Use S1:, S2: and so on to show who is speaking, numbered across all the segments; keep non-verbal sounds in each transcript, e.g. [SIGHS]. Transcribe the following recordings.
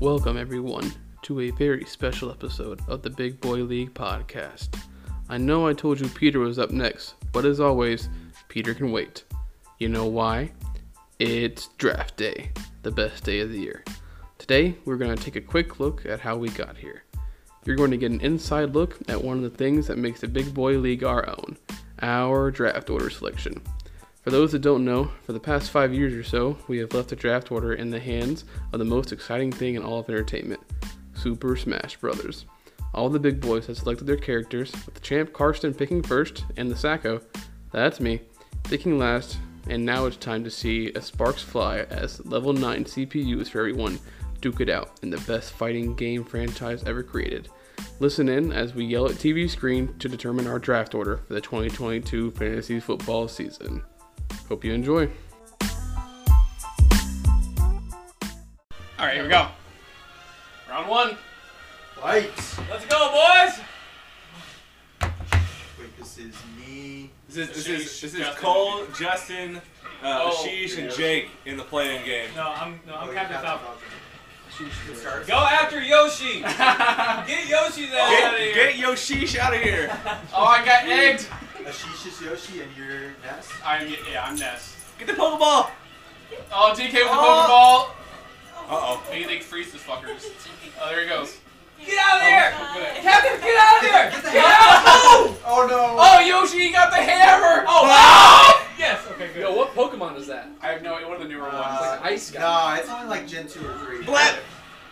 S1: Welcome, everyone, to a very special episode of the Big Boy League podcast. I know I told you Peter was up next, but as always, Peter can wait. You know why? It's draft day, the best day of the year. Today, we're going to take a quick look at how we got here. You're going to get an inside look at one of the things that makes the Big Boy League our own our draft order selection. For those that don't know, for the past five years or so, we have left the draft order in the hands of the most exciting thing in all of entertainment Super Smash Bros. All the big boys have selected their characters, with the champ Karsten picking first and the Sacco, that's me, picking last, and now it's time to see a sparks fly as level 9 CPUs for everyone duke it out in the best fighting game franchise ever created. Listen in as we yell at TV screen to determine our draft order for the 2022 fantasy football season. Hope you enjoy. All right, here we go. Round one.
S2: Lights.
S3: Let's go, boys!
S2: Wait, this is me.
S3: This is this
S4: Ashish,
S3: is this is
S4: Justin. Oh,
S3: Cole, Justin, uh, Ashish, and
S2: yeah.
S3: Jake in the playing game.
S4: No, I'm no, I'm
S2: Oh,
S4: Captain
S2: you're
S4: Falcon.
S2: Falcon.
S3: Go after
S4: [LAUGHS]
S3: Yoshi! get
S4: Get Yoshi's ass out of
S3: get
S4: here.
S3: Yoshish out of here!
S4: Oh, I got egged.
S2: Ashish is Yoshi and you're Ness.
S4: I'm yeah, I'm Ness.
S3: Get the Pokeball!
S4: Oh, DK with the
S3: Oh.
S4: Pokeball.
S3: Uh oh.
S4: Maybe they freeze the fuckers. Oh, there he goes.
S3: Get out of there!
S4: Good.
S3: Captain, get out of there!
S2: Get the
S3: Get
S2: hammer.
S3: out! Oh!
S2: Oh no!
S4: Oh, Yoshi, you got the hammer.
S3: Oh! wow.
S4: yes. Okay, good.
S5: Yo, what Pokemon is that?
S4: ah! I have no idea. One of the newer
S2: Uh,
S4: ones.
S3: Ah.
S5: like ice guy.
S2: Nah, it's only like Gen 2 or 3.
S3: Blap!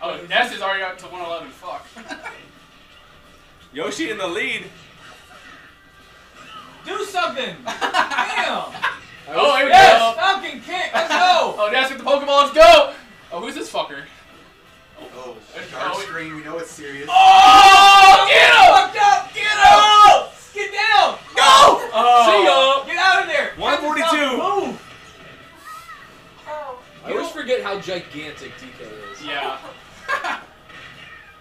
S4: Oh, Ness is already up to
S3: [LAUGHS]
S4: 111. Fuck.
S3: Yoshi in the lead.
S4: Do something.
S3: Damn!
S4: Oh, here we
S3: Yes!
S4: go.
S3: Falcon kick! Let's go!
S4: Oh, Ness with the Pokeball. Let's go. Oh, who's this fucker?
S2: Oh, dark
S4: Oh.
S2: screen, we know it's serious.
S4: Oh, get him!
S3: Fucked up!
S4: Get him!
S3: Get down!
S4: Go! See ya.
S3: Get out of there!
S4: Captain
S3: 142!
S4: Falcon, move.
S5: I always forget how gigantic DK is.
S4: Yeah.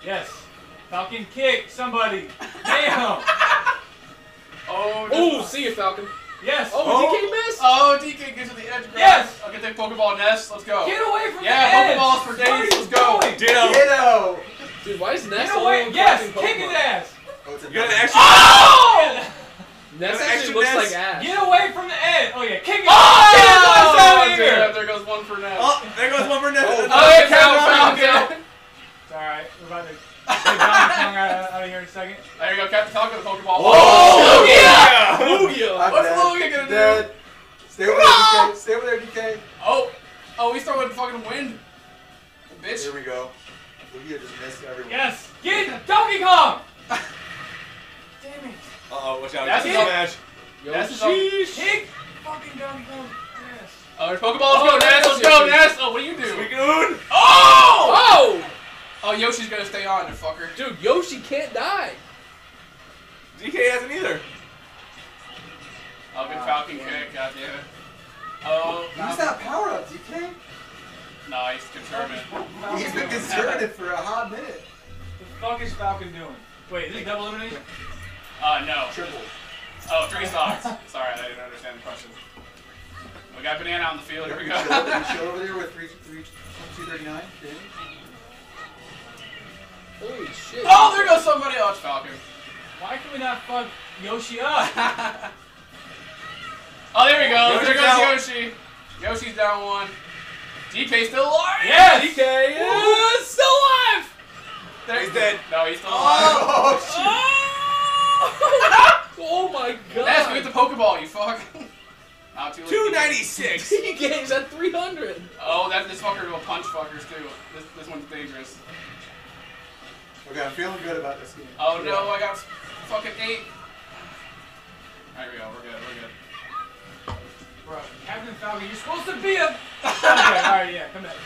S4: yes. Falcon kick somebody. Damn. oh.
S5: Oh, see you, Falcon.
S4: Yes.
S5: Oh,
S3: Oh.
S5: DK missed.
S4: Oh, DK gives me the edge. Grab.
S3: Yes.
S4: I'll get that Pokeball nest. Let's go.
S3: Get away from
S4: yeah,
S3: the
S4: Pokeballs
S3: edge.
S4: for
S3: Where are
S4: days.
S3: you
S4: Let's go.
S3: going?
S4: Ditto.
S2: Ditto!
S5: Dude, why is Ness
S3: Get
S5: a
S3: away!
S5: little
S3: Yes!
S5: fucking
S3: Kick his
S5: Pokemon?
S3: ass!
S2: Oh, it's a
S3: You got an
S2: nine. [LAUGHS]
S3: extra.
S4: Oh!
S5: Ness
S3: Extra
S5: actually looks
S3: Ness.
S5: like ass.
S3: Get away from the edge! Oh yeah, kick it!
S4: Oh,
S3: Get his ass out of
S4: dude,
S3: here!
S4: There goes one for nest.
S3: Oh, there goes one for
S5: Oh,
S3: Ness.
S4: Oh,
S5: Falcon, Falcon,
S4: Falcon.
S5: Falcon.
S4: It's alright. We're about to.
S3: Get
S4: out,
S3: of here in a second.
S4: There you go, Captain Falcon, the Pokeball.
S3: Oh,
S4: yeah!
S3: yeah!
S5: Lugia.
S2: I'm
S4: What's
S2: dead.
S4: Logan gonna do?
S2: Dead. Stay over there, DK. Stay over there, DK.
S4: Oh, oh, he's throwing fucking wind. Bitch.
S2: Here we go. Lugia just missed everyone.
S4: Yes.
S3: Get Donkey Kong!
S4: Damn it.
S3: Uh oh, watch out.
S4: That's
S3: Get
S4: his
S3: smash.
S5: Yo,
S4: Ness is
S5: she-
S4: up.
S3: Kick!
S4: Fucking Donkey Kong. Oh, there's Pokeball. Let's go,
S5: Oh,
S4: Ness. Let's
S5: Yoshi.
S4: go, Ness. Oh, what do you do?
S3: Suicune!
S4: Oh!
S5: Oh,
S4: Oh, Yoshi's gonna stay on, you fucker.
S5: dude, Yoshi can't die.
S3: DK hasn't either.
S4: Oh, good Falcon kick. God damn it. Oh,
S2: Use that power up, [LAUGHS] DK.
S4: no, he's determined.
S2: He's been conservative for a hot minute.
S3: fuck is Falcon doing? Wait, is it double elimination?
S4: Uh, no.
S2: Triple.
S4: Oh, three stocks. Sorry, I didn't understand the question. We got banana on the field. Here we
S2: You
S4: go.
S2: chill you chill over there with 3, 3, 239. Okay.
S5: Holy shit.
S4: [LAUGHS] oh, there goes somebody else, Falcon.
S3: Why can we not fuck Yoshi up?
S4: Oh, there we go. there
S3: Yoshi's
S4: goes
S3: down.
S4: Yoshi. Yoshi's down one. DK's still alive.
S3: Yes!
S5: DK
S3: Ooh,
S5: is still alive.
S4: There-
S3: He's dead.
S4: No, he's still alive.
S2: Oh, shit.
S5: Oh, oh my god.
S4: Ness, we get the Pokeball, you fuck. [LAUGHS] Not too late. [LAUGHS]
S3: 296!
S5: DK is at 300.
S4: Oh, that this fucker will punch fuckers too. This this one's dangerous.
S2: [LAUGHS] Okay, I'm feeling good about this game.
S4: Oh no, I got s- fucking eight. There we go. We're good. We're good.
S3: Bro, Captain Falcon, you're supposed to be a.
S4: alright, yeah, come back.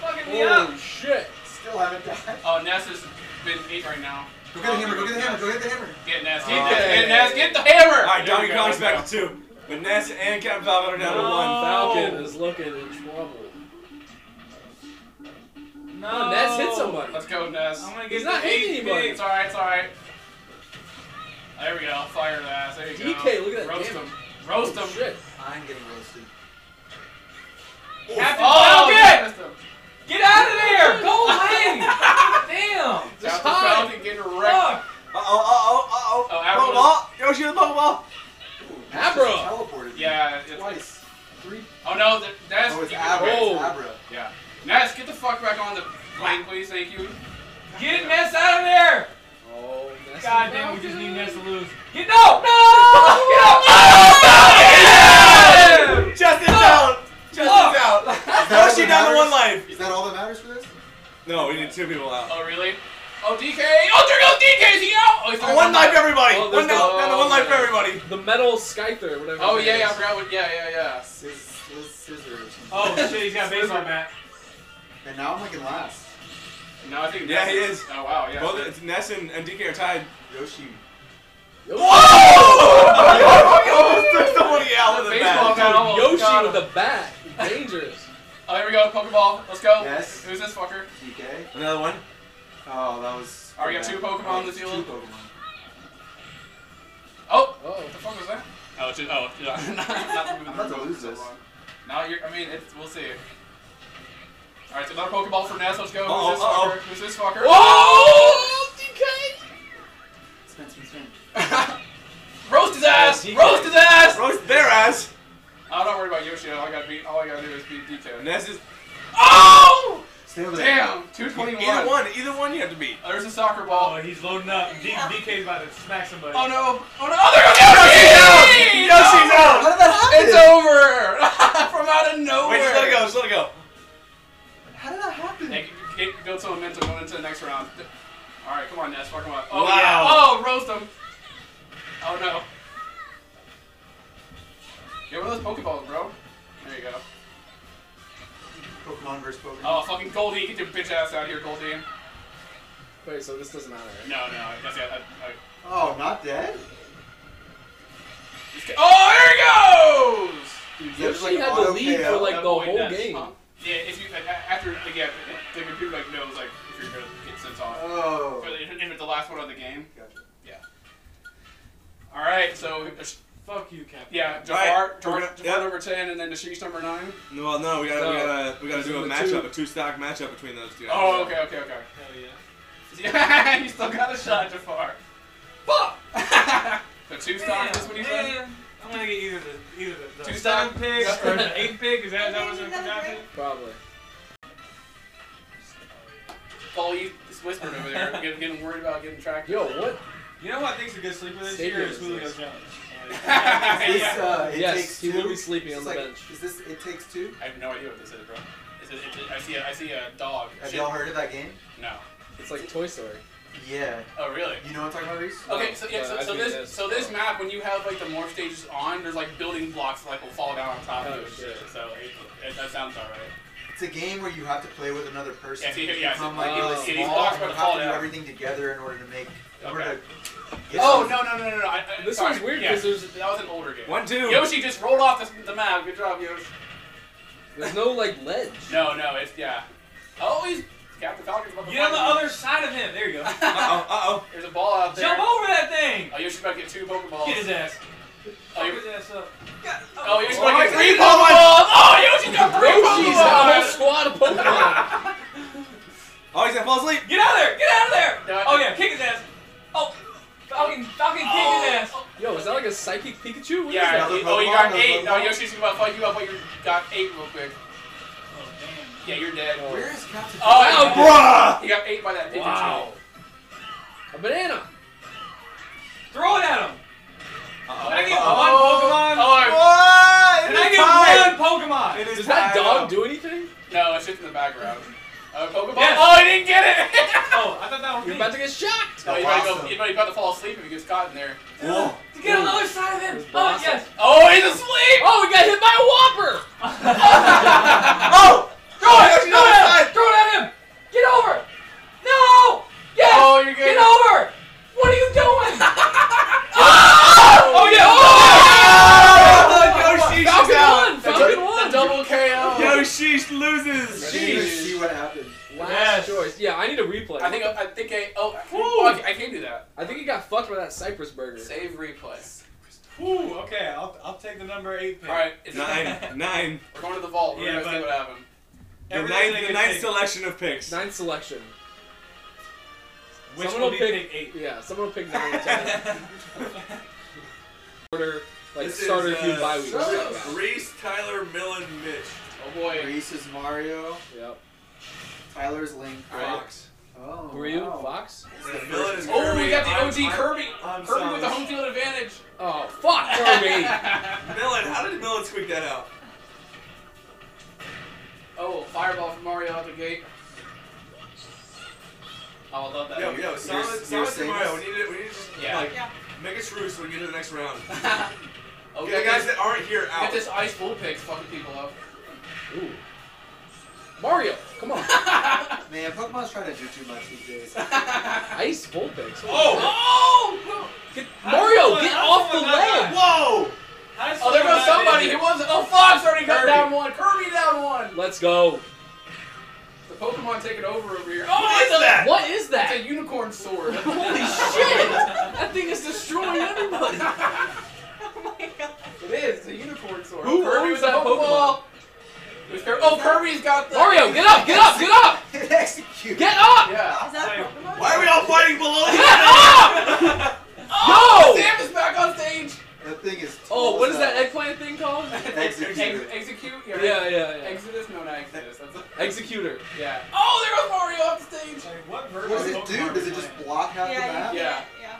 S3: Fucking me up!
S5: Holy shit.
S2: Still haven't died.
S4: Oh, Ness has been eight right now.
S2: Go get the hammer, go get the hammer, go get the hammer.
S4: Get Ness. Get,
S3: Oh.
S4: Ness. get Ness. Get the hammer.
S3: Alright,
S4: There
S3: Donkey
S4: we go,
S3: Kong's
S4: there we
S3: back to two. But Ness and Captain Falcon are down to
S5: No.
S3: one.
S5: Falcon is looking in trouble.
S3: No,
S5: Oh, Ness hit somebody.
S4: go. Let's go, Ness.
S3: I'm gonna get
S5: He's not
S3: the
S5: hitting
S3: eight
S5: anybody.
S4: It's alright, it's alright. There we go, fire the ass. There you go.
S5: DK, look at that
S4: Roast
S5: damage.
S4: him. Roast him.
S5: Oh, shit.
S2: I'm getting roasted.
S3: Captain
S4: Oh,
S3: Falcon!
S4: Falcon!
S3: Get out of
S4: getting wrecked.
S5: Fuck!
S2: Uh oh, uh oh, uh
S4: Oh,
S2: oh. Pokeball! Yoshi the Pokeball!
S5: Abra!
S2: Teleported. me
S4: Yeah. It's,
S2: Twice. Three.
S4: oh no, th- that's.
S2: Oh, it's Abra. It's Abra.
S4: Yeah. Ness, get the fuck back on the plane, please. Thank you.
S3: Get Ness out of there!
S5: Oh, that's
S3: God damn, we just need Ness to lose. Get no! No! Get up! Yeah!
S6: Justin's out! Justin's [LAUGHS] out! Yoshi down to one life!
S2: Is that all that matters for this?
S6: No, we need two people out.
S4: Oh really? Oh DK! Oh there goes DK! Is he out? Oh, he's
S6: Oh, one life, everybody!
S5: Oh, there's
S6: one out,
S5: the-
S6: down to one life for everybody!
S5: The metal Skyther, whatever.
S4: Oh
S5: his
S4: yeah,
S5: name
S4: yeah, I
S5: is.
S4: forgot what. Yeah, yeah, yeah.
S2: Sciss- Scissors.
S3: Oh shit, he's got a baseball bat.
S2: And now I'm looking last.
S4: No, I think.
S6: Yeah,
S4: Ness
S6: he is.
S4: Oh wow, yeah.
S6: Both it's Ness and, and DK are tied.
S2: Yoshi.
S6: [LAUGHS] You almost took somebody out
S4: The
S6: with a
S4: baseball
S6: bat.
S4: bat almost
S5: Yoshi
S4: got him.
S5: with a bat. Dangerous.
S4: Oh, here we go, Pokeball. Let's go.
S2: Yes.
S4: Who's this fucker?
S2: DK.
S6: Another one?
S2: Oh, that was.
S4: Are we got two Pokemon
S2: Oh,
S4: in the
S2: two
S4: field?
S2: Pokemon.
S4: Oh,
S5: Oh.
S4: what the fuck was that? Oh, it's just, oh, yeah. [LAUGHS] not, not
S2: I'm about to lose this.
S4: Now you're. I mean, it's, we'll see. All right, so another Pokeball for Ness. Let's go.
S6: Uh-oh,
S4: Who's this
S6: uh-oh.
S4: fucker? Who's this fucker?
S5: Oh! DK!
S2: Spin, spin, spin.
S4: [LAUGHS] Roast his ass!
S6: DK.
S4: Roast his
S2: [LAUGHS]
S4: ass!
S6: Roast their ass!
S4: I'm not worried about Yoshi. All I gotta beat. All I gotta do is beat DK.
S6: Ness is.
S4: Oh!
S2: Stay over there.
S4: Damn! 221.
S6: Either one, either one you have to beat.
S4: Oh, there's a soccer
S3: Oh,
S4: ball.
S3: he's loading up. D- DK's about to smack somebody.
S4: Oh no! Oh no! Oh, there goes Yoshi!
S6: Yoshi's out!
S2: How did that happen?
S4: It's over! [LAUGHS] From out of nowhere!
S6: Wait, just let it go, just let it go.
S2: How did that happen?
S4: Hey, g- g- build some momentum going into the next round. Alright, come on, Ness, fuck him up. Oh,
S6: Wow.
S4: yeah. Oh, roast him. Oh, no. Get one of those Pokeballs, bro. There you go.
S2: Pokemon versus Pokemon.
S4: Oh, fucking Goldie, get your bitch ass out of here, Goldie.
S5: Wait, so this doesn't matter, right?
S4: No, no, that's it. I- I-
S2: Oh, not dead?
S4: just get- Oh, there he goes!
S5: Yoshi had the lead for like
S4: That
S5: the
S4: boy
S5: whole
S4: Ness,
S5: game.
S4: huh? Yeah, if you, a- a- after, again, the computer, like, knows, like, if you're gonna get sent off.
S2: Oh.
S4: But if it's the last one on the game.
S2: Gotcha.
S4: Alright, so, there's-
S3: Fuck you, Captain.
S4: yeah,
S6: Alright,
S4: Jafar,
S6: we're
S4: Jafar,
S6: gonna-
S4: Jafar
S6: yeah.
S4: number 10, and then Nashish number 9.
S6: No, well, no, we gotta, we
S5: No.
S6: gotta, we gotta do a
S5: This is the
S6: matchup,
S5: two.
S6: a two-stock matchup between those two.
S4: Oh, okay, okay, okay.
S3: Hell
S4: [LAUGHS]
S3: yeah.
S4: Yeah, you still got a shot, Jafar. Fuck! [LAUGHS] so two stocks, that's what you said?
S3: Man, I'm gonna get either the either the, the
S4: Two
S3: seven
S4: stock-
S3: pig
S4: [LAUGHS]
S3: or the eight pig. Is that, is that what's gonna come down to?
S5: Probably.
S4: Paul, you just whispering over there. I'm getting, getting worried about getting tracked. [LAUGHS]
S5: Yo, [LAUGHS] what?
S3: You know what I think's a good sleeper this
S5: Savior
S3: year is
S5: is
S3: Julio
S5: nice.
S3: Jones.
S4: I
S2: Is this, uh, it
S5: Yes,
S2: takes
S5: he
S2: two?
S5: will be sleeping
S2: Is
S5: on
S2: this
S5: the
S2: like-
S5: bench.
S2: Is this It Takes Two?
S4: have no idea what this is, bro. It's a, it's a, I, see a, I see a dog.
S2: Have
S4: Shit.
S2: y'all heard of that game?
S4: No.
S5: It's like Toy Story.
S2: Yeah.
S4: Oh, really?
S2: You know what I'm talking about, Reese?
S4: Okay, so yeah,
S5: Uh,
S4: so,
S5: I
S4: so
S5: think
S4: this
S5: that's-
S4: so this map, when you have like the morph stages on, there's like building blocks that like will fall down on top of
S5: Oh,
S4: you and shit.
S5: shit.
S4: So it, it, that sounds alright.
S2: It's a game where you have to play with another person.
S4: Yeah, see,
S2: You
S4: yeah, see,
S2: become, like
S5: oh.
S2: really
S4: Yeah, these
S2: small
S4: blocks
S2: and
S4: are
S2: you
S4: gonna
S2: have
S4: fall
S2: to do
S4: down.
S2: everything together in order to make. In order
S4: Okay.
S2: to get
S4: Oh
S2: some-
S4: no no no no no! I, I,
S5: This
S4: sorry.
S5: one's weird
S4: Yeah,
S5: because there's
S4: that was an older game.
S6: One, two.
S4: Yoshi just rolled off the, the map. Good job, Yoshi.
S5: there's no like ledge.
S4: No, no, it's yeah. Oh, he's Captain Falcon's about to
S3: Get on the
S4: find him.
S3: other side of him. There
S4: [LAUGHS]
S3: you go.
S6: Uh-oh, uh-oh.
S4: There's a ball out there.
S3: Jump over that thing.
S4: Oh, Yoshi's about to get two Pokeballs.
S3: Get his ass.
S4: Oh,
S3: Fuck
S4: you-
S3: his ass up. God,
S4: oh, Yoshi's
S6: Oh,
S4: about to get
S6: he's
S4: three Pokeballs.
S6: got another one.
S4: Oh, Yoshi got three
S5: Yoshi's got a whole
S4: Pokeballs.
S5: squad of Pokemon.
S6: Oh, he's gonna fall asleep.
S3: Get out of there! Get out of there!
S4: No, I-
S3: oh yeah, kick his ass! Oh, Falcon, Falcon, kick his ass!
S4: Oh,
S5: Yo, is that like a psychic Pikachu? What is
S4: Yeah.
S5: that?
S2: Another
S4: you- Oh, you got
S2: Pokemon,
S4: eight.
S2: another
S4: Now
S2: Pokemon.
S4: Yoshi's about to fuck you up, but you got eight real quick. Yeah, you're dead.
S2: Where is Captain?
S4: Oh,
S5: Wow,
S4: yeah.
S6: Bruh!
S4: He got eight by that Pikachu.
S3: Wow.
S5: A banana.
S3: Throw it at him! Can I get
S6: Uh-oh.
S3: one Pokemon?
S4: Oh,
S6: What?
S3: Can
S6: It
S3: I
S6: is tied.
S3: get one Pokemon?
S6: It is
S5: Does that
S6: tied
S5: dog
S6: up.
S5: do anything?
S4: no, it's just in the background. Uh, Pokeball.
S3: Yes.
S4: Oh, he didn't get [LAUGHS] it.
S3: Oh, I thought that was
S5: You're
S3: me.
S5: about to get shocked.
S4: No,
S2: Oh,
S4: he's about, to go,
S2: awesome.
S4: he's about- he's about to fall asleep if he gets caught in there.
S6: Whoa.
S3: To get on the other side of him!
S5: It's
S3: Oh,
S5: awesome.
S3: yes!
S4: Oh, he's asleep!
S5: [LAUGHS] Oh, we got hit by a Whopper.
S6: Oh!
S3: Throw it!
S6: Yoshi's
S3: Throw
S6: on
S3: it at
S6: the
S3: him!
S6: side.
S3: Throw it at him! Get over! No! Yes!
S4: Oh, you're good.
S3: Get over! What are you doing?
S4: Oh, yeah!
S6: Oh, Yoshi's
S5: Falcon
S6: out.
S5: won. Falcon
S4: The
S5: won.
S4: double KO!
S6: Yoshi loses.
S2: Did you
S4: Jeez.
S2: see what happened?
S5: Last
S3: Yes.
S5: choice. Yeah, I need a replay.
S4: I think I think I oh, I- oh I, I can do that.
S5: I think he got fucked by that Cypress burger.
S4: Save replay.
S3: Ooh, okay, I'll, I'll take the number eight pick.
S4: All right, it's
S6: Nine, nine.
S4: We're going to the vault. We're
S3: Yeah,
S4: gonna see
S3: but-
S4: what happened.
S6: The
S3: Everything's
S6: ninth,
S3: a
S6: the
S3: good
S6: ninth
S3: pick.
S6: selection of picks.
S5: Nine selection.
S6: Which
S5: Someone
S6: will
S5: will
S6: be
S5: pick-
S6: pick eight?
S5: Yeah, someone will pick nine and ten. Order, like
S6: This
S5: starter
S6: is,
S5: feud
S6: uh,
S5: bye week.
S3: Shut up.
S6: Reese, Tyler, Millen, Mitch.
S4: Oh boy.
S2: Reese is Mario.
S5: Yep.
S2: Tyler's Link. Right?
S6: Fox.
S2: Oh.
S5: Who are you?
S2: wow.
S5: Fox?
S6: Yeah, Millen is
S4: Oh, we
S6: Kirby.
S4: got the
S6: I'm-
S4: OG
S6: I'm-
S4: Kirby.
S6: I'm
S4: Kirby
S6: sorry.
S4: with the home field advantage.
S5: Oh, fuck Kirby!
S4: [LAUGHS]
S6: Millen, how did Millen squeak that out?
S4: oh, fireball from Mario out the gate. Oh, I love that.
S6: Yo, yo,
S2: you're
S6: silence, silence
S2: saying
S6: Mario.
S2: this?
S6: We need to, we need to just
S4: Yeah.
S6: like make a truce so we get to the next round.
S4: oh,
S6: Yeah,
S4: get
S6: guys
S4: this,
S6: that aren't here out.
S4: get this ice bull pig fucking people up.
S5: Ooh. Mario, come on.
S2: Man, Pokemon's trying to do too much these
S5: [LAUGHS]
S2: days.
S5: Ice Vulpix.
S6: Oh!
S4: Oh!
S5: Get, Mario, get off the ledge!
S6: Whoa!
S4: Oh, there goes somebody. He was. Oh, Fox already got
S5: Kirby.
S4: down one. Kirby down one.
S5: Let's go.
S4: The Pokemon taking over over here.
S6: What
S4: Oh,
S6: is
S4: it's a,
S6: that?
S5: What is
S4: It's
S5: that?
S4: a unicorn sword.
S5: [LAUGHS] Holy shit! That thing is
S4: [LAUGHS]
S5: destroying everybody.
S4: Oh It is. It's a unicorn sword.
S5: Who
S4: Kirby
S5: owns
S4: with the
S5: that
S4: Pokeball. Who's Kirby? Oh, Kirby's got the.
S5: Mario, get up, get up, get up!
S2: It executes.
S5: Get up!
S4: Yeah.
S7: Is that Pokemon?
S6: Why are we all fighting below
S5: Get
S6: [LAUGHS] the
S5: up!
S6: Oh!
S5: No!
S4: Sam is back on stage.
S2: That thing is.
S5: Oh, what
S2: tall as
S5: is that
S2: hell.
S5: eggplant thing called?
S2: Execute.
S4: Ex- execute. Yeah.
S5: Yeah, yeah, yeah.
S4: Exodus? No, not Exodus. That's a,
S5: Executor.
S4: yeah. Oh, there goes Mario off the stage.
S3: Like, what version
S2: What does it
S3: of
S2: do?
S3: Pokemon are
S2: Does it
S3: you
S2: just
S3: playing?
S2: block half
S7: Yeah,
S2: the map?
S7: you
S4: Yeah.
S7: can't- yeah.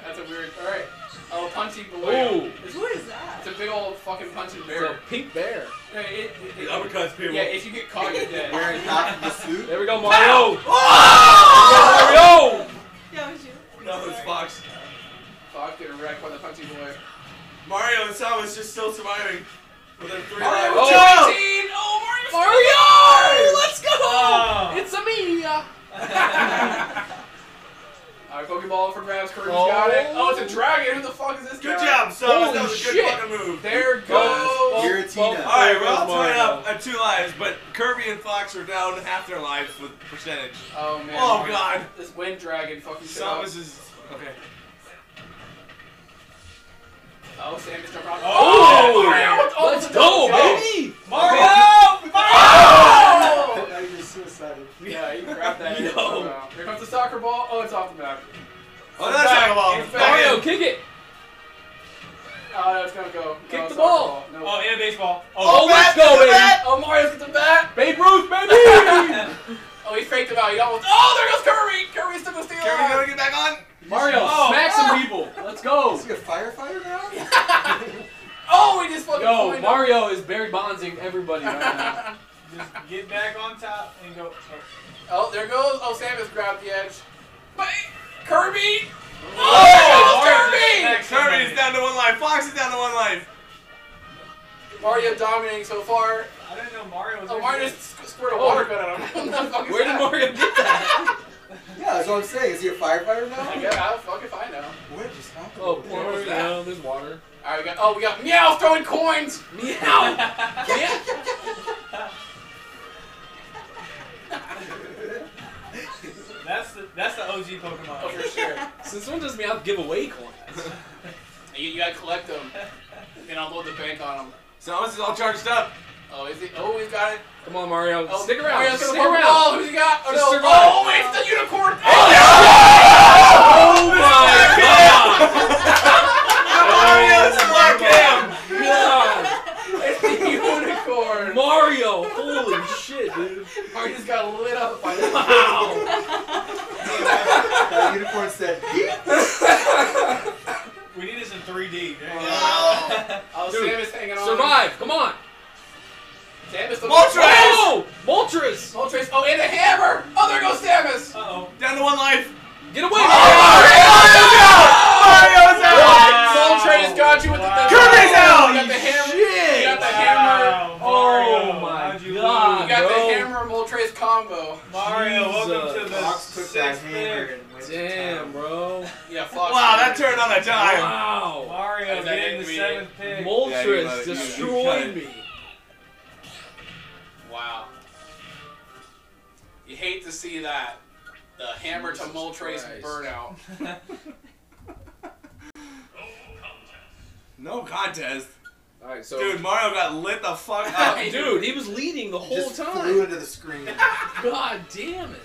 S4: That- That's a weird. All right. Oh, punchy boy.
S5: Ooh.
S4: It's,
S7: Who is that?
S4: it's a big old fucking punching
S5: It's a
S4: bear.
S5: pink bear.
S4: Yeah, it- it- it-
S6: Uppercuts, people.
S4: yeah, if you get caught, you're dead. [LAUGHS]
S2: Wearing half of the suit.
S5: There we go, Mario.
S6: Oh!
S5: Mario!
S7: Yeah, it was you.
S6: No, it's
S7: Sorry.
S6: Fox.
S4: Fuck, get wrecked by the punchy boy.
S6: Mario and Sam is just still surviving with their three
S4: Mario
S6: lives.
S5: Oh.
S4: oh. 18! Oh, Mario's
S5: Mario! Let's go!
S3: Oh.
S5: It's a me!
S4: Alright, Pokeball for grabs. Kirby's got it. Oh, it's a dragon. Who the fuck is this
S6: [LAUGHS] Good
S4: guy?
S6: job, Sam.
S5: Holy
S6: That was a good
S5: shit.
S6: fucking move.
S4: There
S2: Oh,
S4: goes.
S2: Giratina.
S6: Alright, we're all tied up at two lives, but Kirby and Fox are down half their lives with percentage.
S4: Oh, man.
S6: Oh,
S4: Mario.
S6: God.
S4: This wind dragon fucking shit
S8: "Oh."
S4: up.
S6: Samus is. Okay.
S4: Oh, Sam just jumped off.
S5: Oh!
S4: Mario! Oh,
S5: Let's
S4: it's a double
S5: go,
S4: kill.
S5: baby!
S6: Mario!
S4: Oh!
S2: [LAUGHS] Now you're just suicided.
S4: Yeah, you grab that.
S6: Yo.
S4: Wow. Here comes the soccer ball. Oh, it's off the map.
S6: Oh, that's
S4: Back,
S6: like a ball.
S4: it's back.
S5: Mario,
S6: [LAUGHS] Mario.
S5: kick it!
S4: Oh, no, it's gonna go.
S5: Kick
S4: no,
S5: the
S4: soccer
S5: ball.
S4: No.
S3: Oh, and a baseball.
S5: Oh, let's go, baby!
S4: Oh, Mario's at the bat.
S5: Babe Ruth,
S4: [LAUGHS]
S5: baby!
S4: Oh, he faked him out. He almost. Oh, there goes Kirby. Kirby's still gonna steal
S6: Kirby, gonna get back on?
S5: [LAUGHS] Mario,
S6: Oh.
S5: smack some people! Let's go!
S2: Is he a firefighter now?
S4: Oh, he just fucking.
S5: Yo,
S4: coined him.
S5: Mario is Barry Bondsing everybody right
S4: [LAUGHS]
S5: now.
S3: Just get back on top and go.
S4: Oh, there goes. Oh, Sam has grabbed the edge. But Kirby.
S6: Oh,
S4: Oh, there goes
S3: Mario.
S6: Kirby is down to one life. Fox is down to one life.
S4: Kirby. Mario dominating so far.
S3: I didn't know Mario was.
S4: Oh,
S3: gonna
S4: Mario
S3: do
S4: just squ- squirted a water gun at him. [LAUGHS] What the fuck is
S5: Where did
S4: that?
S5: Mario get that?
S2: Yeah, that's what I'm saying. Is he a firefighter now?
S4: I guess I'll fuck if I know.
S2: What just happened?
S5: Oh,
S6: What was
S5: Mario,
S6: that?
S5: there's water.
S4: All right, we got. Oh, we got meow throwing coins.
S5: Meow! yeah.
S3: it. That's the that's the OG
S4: Oh,
S3: Pokemon.
S4: for sure.
S5: Since when does Meow give away coins?
S4: You, you gotta collect [LAUGHS] them, and I'll load the bank on them.
S6: Samus is all charged up.
S4: Oh, is he? Oh, he's got it.
S5: Come on, Mario.
S4: Oh,
S5: stick around.
S4: Mario's gonna
S5: stick
S4: poke the
S5: around.
S4: ball. Who's he got? Oh
S5: Just
S4: no!
S5: survive.
S4: Oh, it's the unicorn.
S5: Oh my god!
S6: Mario's black cam.
S5: god!
S4: [LAUGHS] It's the unicorn.
S5: Mario! Holy shit, dude.
S4: Mario just got lit up by this.
S5: Wow!
S2: That [LAUGHS] unicorn said,
S3: We need this in 3D. There you go.
S4: Oh,
S5: Dude,
S4: Sam is hanging on.
S5: Survive! Come on!
S4: Samus. the-
S6: Moltres!
S5: Oh! Moltres!
S4: Moltres. Oh, and a hammer. Oh, there goes Samus.
S3: Uh-oh.
S6: Down to one life.
S5: Get away!
S4: Oh,
S5: Mario!
S6: Mario's
S4: What?
S6: out.
S4: Moltres got you with
S3: Wow.
S4: the.
S2: [LAUGHS]
S6: Kirby's out.
S4: You got the hammer. You got the
S3: Wow,
S4: hammer.
S3: Mario,
S5: Oh my
S3: how'd you
S4: You
S5: God.
S3: lose?
S4: got
S5: No.
S4: the hammer Moltres combo.
S3: Mario, welcome to
S5: Jesus.
S3: the
S2: Fox took that
S3: sixth
S2: hammer
S3: pick.
S2: and went to
S5: [LAUGHS] Damn,
S2: town.
S5: bro.
S4: Yeah, Fox.
S6: Wow, that turned on a dime.
S5: Wow!
S3: Mario
S4: Is that
S3: getting the
S4: gonna be
S3: seventh pick.
S6: Yeah, you let
S5: Moltres
S6: it- you- you
S5: destroyed
S6: cut
S5: me.
S4: Wow. You hate to see that. The hammer to
S5: Jesus
S4: Moltres
S5: Christ.
S4: burnout.
S6: No contest.
S5: Alright, so.
S6: Dude, Mario got lit the fuck up.
S5: [LAUGHS] Dude, he was leading the whole
S2: just
S5: time.
S2: flew into the screen.
S5: God damn it.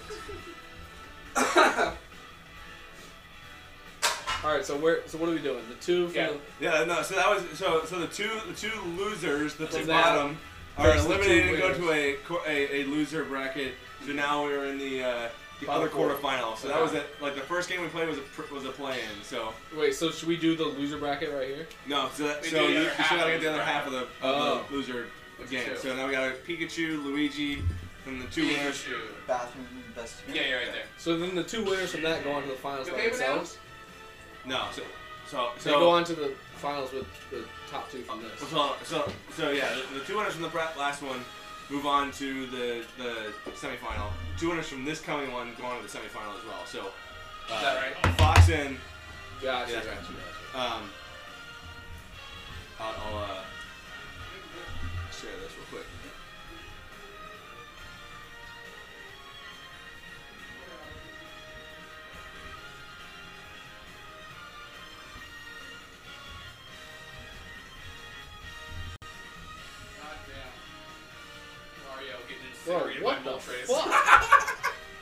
S5: All right, so where? So what are we doing? The two. For
S4: Yeah.
S5: The,
S6: Yeah, no. So that was so. So the two the two losers, the
S5: So
S6: two
S5: that
S6: bottom, are
S5: versus the two
S6: eliminated and go
S5: winners.
S6: to a, qu- a a loser bracket. So now we are in the uh, the
S5: Bottom
S6: other
S5: four.
S6: quarterfinal. So that
S5: Okay.
S6: was it. Like the first game we played was a pr- was a play-in. So
S5: wait, so should we do the loser bracket right here?
S6: no. So that,
S4: We do
S6: so
S4: the
S6: you,
S4: other
S6: you
S4: half
S6: still gotta get
S4: of
S6: the
S4: the
S6: other half of the, of
S5: Oh.
S6: the loser game.
S5: two.
S6: So now we got Pikachu, Luigi, and the two winners.
S2: Bathroom best.
S4: Yeah, you're right there.
S5: So then the two winners from that go on to the finals
S4: You
S5: by
S4: okay with that?
S5: themselves.
S6: No. So so so.
S5: They go on to the finals with the top two from this.
S6: So, so, so yeah, the, the two winners from the bra- last one move on to the the semifinal. Two winners from this coming one go on to the semifinal as well. So, uh,
S4: Is that right?
S6: Fox and
S5: Gotcha,
S6: Yeah.
S5: gotcha, gotcha.
S6: um, I'll, I'll uh, share this real quick.
S4: Goddamn. Mario getting
S5: Bro,
S4: incinerated by
S5: what the
S4: Moltres.
S5: fuck?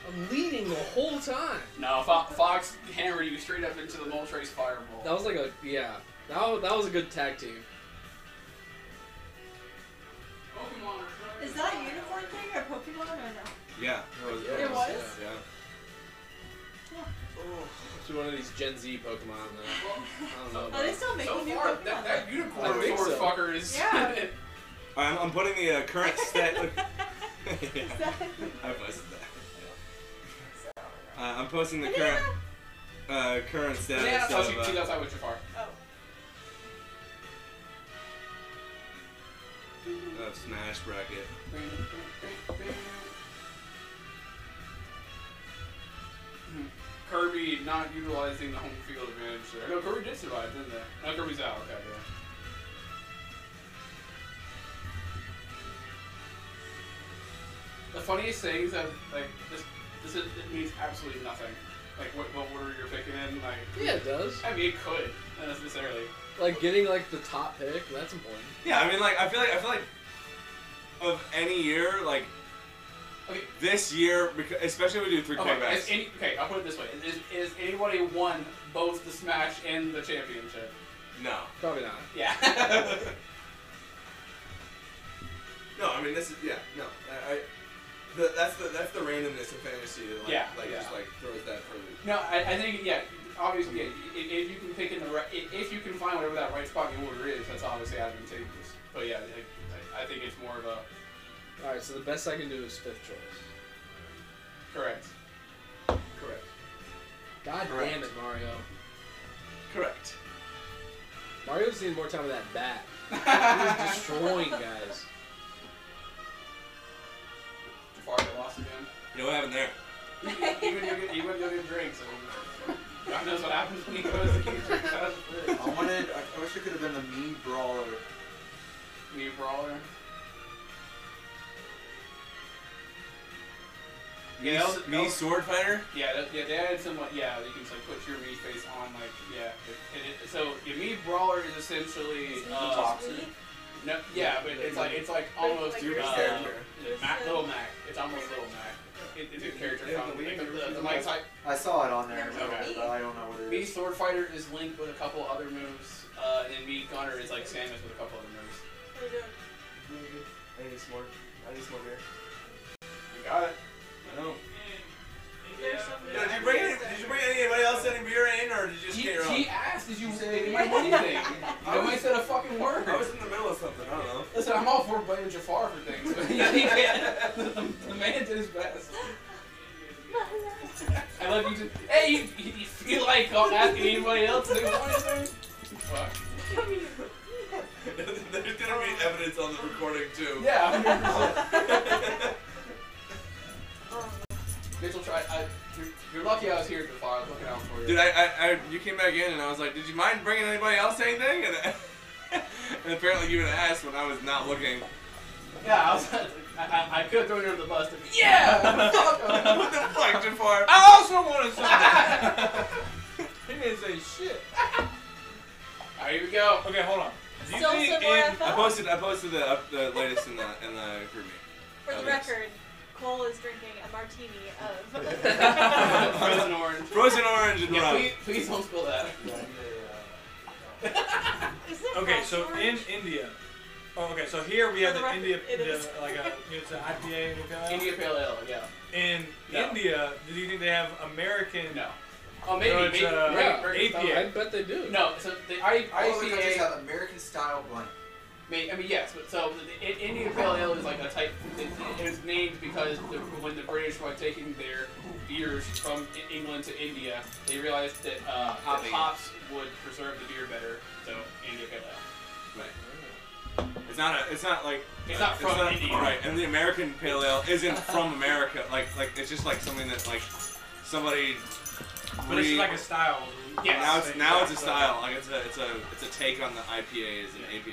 S5: I'm leading the whole time.
S4: No, Fo- Fox hammered you straight up into the Moltres fireball.
S5: [LAUGHS] That was like a yeah. That was, that was a good tag team.
S4: Pokemon are so-
S7: Is that a unicorn thing or Pokemon or no?
S6: Yeah, that was, that
S7: It
S6: was-
S7: was?
S5: Yeah.
S6: Yeah.
S5: It's one of these Gen Z Pokemon. Though. I don't know.
S7: Are they still [LAUGHS] making
S4: So
S7: new
S4: far,
S7: Pokemon?
S4: that, that unicorn
S5: I think
S4: sword
S5: so.
S4: fucker is. [LAUGHS]
S7: Yeah.
S6: All right, I'm, I'm putting the uh, current stat.
S7: Exactly.
S6: I posted that. Uh, I'm posting the current uh, current status
S4: yeah, that's how she,
S6: of, uh,
S4: she, that's how I went too far.
S7: Oh.
S6: uh, of Smash bracket.
S4: Hmm. Kirby not utilizing the home field advantage there. No, Kirby did survive, didn't they? No, Kirby's out. Okay, yeah. The funniest thing is that like this, this is, it means absolutely nothing. Like what, what order you're picking in, like
S5: Yeah, it does.
S4: I mean it could not necessarily.
S5: Like getting like the top pick. That's important.
S6: Yeah, I mean, like I feel like I feel like of any year, like
S4: Okay,
S6: this year, because, especially when we do three
S4: Okay,
S6: point
S4: is
S6: backs.
S4: any, okay, I'll put it this way. Is, is anybody won both the Smash and the championship?
S6: No,
S5: Probably not.
S4: Yeah.
S6: no, I mean this is yeah, no. I, I the, that's the that's the randomness of fantasy. That, like,
S4: Yeah,
S6: like
S4: yeah.
S6: just like throws that for
S4: [LAUGHS] no, I, I think, yeah, obviously, yeah, i- if, if you can pick in the right, i- if you can find whatever that right spot in order is, that's obviously advantageous. But yeah, I, I- I think it's more of a,
S5: All right, so the best I can do is fifth choice.
S4: correct. Correct.
S5: God
S6: Correct.
S5: damn it, Mario.
S4: [LAUGHS]
S6: correct.
S5: Mario's seen more time with that bat. He was destroying guys.
S4: Jafar got lost again.
S6: You know what happened there?
S4: Even you get- you went to get drinks. and God knows what happens when he goes to get drinks. out of the fridge.
S2: I wanted. I, I wish it could have been the mean brawler.
S4: Me brawler.
S6: Me,
S4: Yeah, that was- that
S6: me
S4: was-
S6: sword fighter.
S4: Yeah, that, yeah, they added some like yeah, you can like put your Mii face on like yeah. It, it, it, so your Mii brawler is essentially
S7: Is
S4: uh,
S2: Toxic.
S7: Mii
S4: no, yeah, but it's like it's like almost
S7: like
S4: your
S7: your
S4: uh,
S6: character.
S4: yeah, Mac, little Mac. It's almost little Mac. It, it's a character
S6: Yeah,
S4: from
S6: the
S4: like, the,
S6: Wii
S4: the,
S6: version.
S4: Mike type.
S2: I saw it on there,
S7: Never
S4: mind.
S2: but I don't know what it
S4: Mii
S2: is.
S4: sword fighter is linked with a couple other moves, uh, and Mii gunner is like Samus with a couple other moves.
S7: We're doing-
S6: I need some more. I need some more beer.
S4: You got it.
S6: I know.
S7: there's some-
S6: Yeah, did you bring any, Did you bring anybody else any beer in, or did you just
S4: He,
S6: get your own?
S4: he asked, "Did you say [LAUGHS] anything?" Nobody said a fucking word.
S6: I was in the middle of something. I don't know.
S4: Listen, I'm all for blaming Jafar for things, but [LAUGHS] he can't. The, the man did his best.
S6: [LAUGHS]
S4: I love you. Just, hey, you, you you feel like I'm asking anybody else to do anything? Fuck.
S7: Come here.
S6: [LAUGHS] There's gonna be evidence on the recording too.
S4: Yeah, 100%.
S7: Oh,
S4: Mitchell tried. I, you're, you're lucky I was here, Jafar. I was looking out for you.
S6: [LAUGHS] Dude, I, I, I, you came back in and I was like, did you mind bringing anybody else anything? And, [LAUGHS] I, and apparently you would asked when I was not looking. [LAUGHS]
S4: yeah, I was. I, I, I could have thrown you under the bus. If, [LAUGHS] yeah. Fuck. him.
S6: what the fuck, Jafar?
S5: I also wanted he didn't say shit.
S4: All right, here we go.
S6: Okay, hold on. Do you
S7: Still
S6: think
S7: some more
S6: in-
S7: info?
S6: I posted, I posted the, up the latest in the in the group meeting.
S7: For the
S6: Yes.
S7: record, Cole is drinking a martini
S6: [LAUGHS]
S7: of. [LAUGHS]
S4: Frozen orange.
S6: Frozen orange and
S4: Yeah,
S6: rum.
S4: please, please don't spill that.
S7: Is it
S8: Okay,
S7: Frost
S8: so
S7: [LAUGHS]
S8: in
S7: Orange?
S8: India. Oh, okay, so here we have
S7: For the
S8: the
S7: record,
S8: India,
S7: it is.
S8: the, like a, it's an IPA. look at that.
S4: India Pale Ale, yeah.
S8: In
S4: No.
S8: India, do you think they have American?
S4: No. Oh, maybe.
S8: No, it's,
S4: maybe,
S8: uh,
S4: maybe
S5: yeah,
S4: Burger King.
S8: APA.
S5: I bet they do.
S4: No, so the I,
S2: All the
S4: IPA.
S2: countries have American style blend.
S4: may- I mean, yes, but so the, I- Indian Pale Ale is like a type. It, it was named because the, when the British were taking their beers from E- England to India, they realized that uh,
S6: Hopping.
S4: that hops would preserve the beer better. So India Pale Ale.
S6: It's not a. It's not like.
S4: It's not from India.
S6: right? And the American pale ale isn't from America. Like, like it's just like something that like somebody.
S8: But it's
S6: re-
S8: like a style.
S4: Yes.
S6: now it's now it's a style. Like it's a it's a it's a take on the IPA as an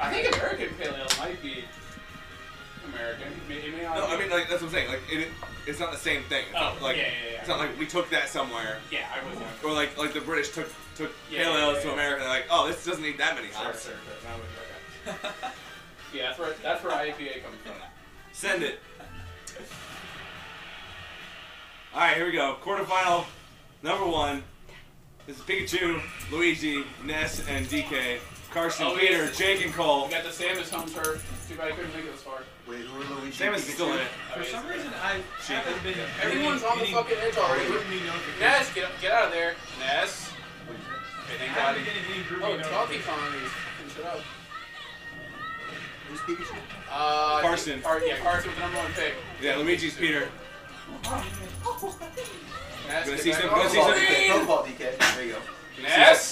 S6: APA.
S4: I think American Pale Ale might be American. It may, it may not
S6: No,
S4: be-
S6: I mean like that's what I'm saying. Like it, it's not the same thing. It's
S4: Oh,
S6: not like
S4: yeah, yeah, yeah.
S6: it's not like we took that somewhere.
S4: yeah, I was.
S6: Or like like the British took took
S4: Yeah,
S6: pale
S4: yeah,
S6: ales
S4: yeah,
S6: to
S4: yeah.
S6: America. They're like, oh, this doesn't need that many
S4: Sure,
S6: hops.
S4: sure, sure. Now we're- okay. [LAUGHS] Yeah, that's where that's where IPA comes from.
S6: Send it. All right, here we go. Quarterfinal number one. This is Pikachu, Luigi, Ness, and DK. Carson,
S4: Oh,
S6: Peter,
S4: yes.
S6: Jake, and Cole.
S4: We got the Samus home turf. Too bad I couldn't make it this far.
S2: Wait, who are Luigi?
S6: Samus is still in it.
S4: I
S8: For
S4: mean,
S8: some
S4: it's-
S8: reason, I haven't been.
S4: Everyone's on
S8: getting
S4: the
S8: any-
S4: fucking edge already.
S8: group me notifications.
S4: Ness, get, get out of there. Ness.
S8: I haven't been getting any group me
S4: Oh, Donkey
S8: notifications.
S4: Kong is fucking shut up.
S2: Who's Pikachu?
S4: Uh,
S6: Carson.
S4: Car- yeah, Carson with the number one pick.
S6: Yeah, Luigi's Peter.
S4: Ness,
S6: Gonna
S4: get
S6: see
S4: back
S6: some-
S4: on
S6: gonna
S4: the
S6: see
S4: ball.
S6: some-
S4: Green!
S6: Green!
S2: Football DK. There you go.
S4: Ness.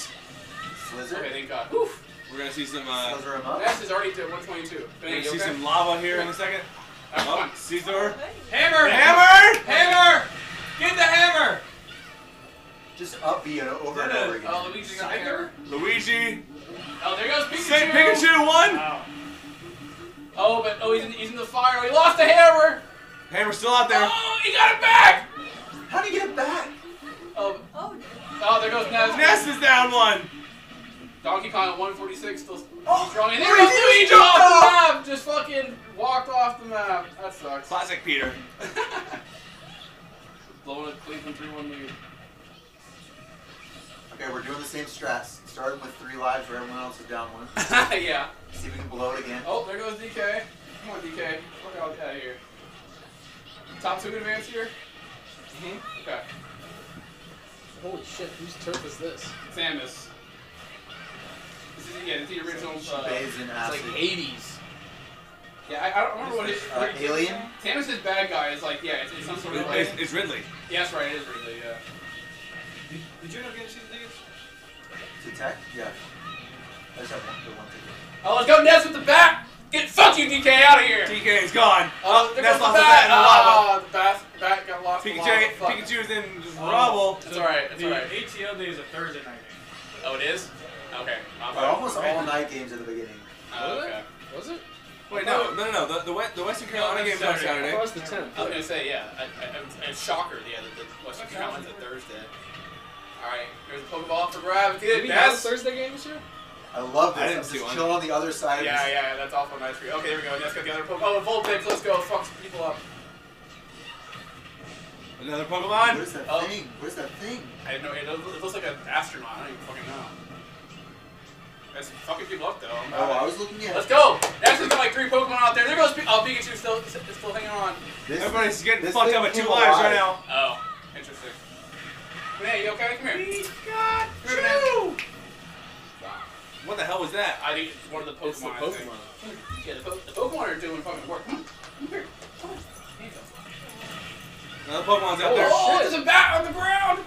S4: Okay,
S2: Slizzard.
S4: thank God. Oof.
S6: We're gonna see some. Uh,
S2: Slizzard him up.
S4: Ness is already to 122.
S6: we're
S4: Benny,
S6: gonna
S4: you
S6: see
S4: okay?
S6: some lava here in a second.
S4: That's
S6: Oh,
S4: fine.
S6: Caesar.
S8: Hammer!
S6: Hammer!
S8: Hammer! Get the hammer!
S2: Just up B and over and over again.
S4: Oh, Luigi got the hammer.
S6: Luigi.
S4: Oh, there goes Pikachu.
S6: Say Pikachu one.
S8: Wow.
S4: Oh, but oh, he's in, he's in the fire. He lost the hammer.
S6: Hammer's still out there.
S4: Oh, he got it back.
S2: How do you get it back?
S4: Oh,
S7: Oh,
S4: oh, there goes Ness.
S6: Ness is down one.
S4: Donkey Kong at 146 still
S2: Oh,
S4: strong. And there
S2: Luigi
S4: goes Luigi
S2: just
S4: off the
S2: fell.
S6: Oh!
S4: map. Just fucking walked off the map. That sucks.
S6: Classic Peter.
S4: Blowing a Cleveland 3-1 lead.
S2: Okay, we're doing the same strats. Starting with three lives where everyone else is down one.
S4: [LAUGHS] yeah.
S2: See if we can blow it again.
S4: Oh, there goes DK. Come on, DK. Fuck out of here. Top two advance here. Mm-hmm. Okay.
S5: Holy shit, whose turf is this?
S4: Samus. This is yeah. This is the original.
S2: She
S4: Uh,
S2: bathes in
S5: It's like
S2: acid.
S5: 80s.
S4: yeah, I, I don't remember what it.
S2: Uh, alien?
S4: Samus's bad guy is like yeah. It's, it's some sort of like.
S6: It's, it's Ridley.
S4: Yeah, that's right. It is really yeah.
S8: Did, did you not get to see the tickets?
S2: To tech? Yeah. I just have one, the one ticket.
S4: Oh, let's go Ness with the bat. Get fuck you, DK, out of here.
S6: DK is gone.
S4: Oh, there
S6: Ness
S4: goes
S6: lost the bat in the lava.
S4: Ah, the bat, bat got lost in the lava.
S6: Pikachu,
S4: Fuck.
S6: Pikachu is in just rubble.
S4: That's alright, that's
S8: the
S4: alright.
S8: ATL day is a Thursday night game.
S4: Oh, it is? Okay. I'm
S2: But almost
S4: okay.
S2: all night games at the beginning.
S4: Oh, okay.
S5: Was it?
S6: Wait, no, no, no, no. The, the, West, the Western Carolina game's on
S5: I
S6: Saturday.
S5: thought it was the 10th.
S4: I was gonna say, yeah. I, I, I'm, I'm shocker, yeah, that the Western Carolina's a Thursday. Alright, here's a Pokeball for grabs. Get
S5: Did
S4: it,
S5: we have a
S4: Ness!
S5: Thursday game this year? [LAUGHS]
S2: I love this.
S6: I didn't
S2: I'm
S6: see
S2: just
S6: one.
S2: chilling on the other side.
S4: Yeah, yeah,
S2: of this-
S4: yeah, that's awful nice for you. Okay, there we go. Ness got the other Pokeball. Oh, Vulpix, let's go. Fuck some people up.
S6: Another Pokemon.
S2: Where's that
S4: Oh.
S2: thing? Where's that thing?
S4: I have no idea. It looks- it looks like an astronaut. I don't even fucking know. That's fucking people up, though. I'm
S2: Oh,
S4: not-
S2: I was looking at
S4: Let's go! That's just got like three Pokemon out there. There goes P- oh, Pikachu still still hanging on.
S2: this.
S6: Everybody's getting
S2: this
S6: fucked
S2: thing
S6: up with two
S2: came
S6: lives
S2: alive.
S6: right now.
S4: Oh, interesting. Hey, you okay? Come here. Come here, Renee.
S6: What the hell was that?
S4: I think it's one of the Pokemon.
S5: It's the
S4: I think.
S5: Pokemon.
S4: Yeah, the, po- the Pokemon are doing fucking work. Come on, come here. Come on. Here you go.
S6: Another Pokemon's out
S4: Oh,
S6: there.
S5: shit.
S4: there's a bat on the ground.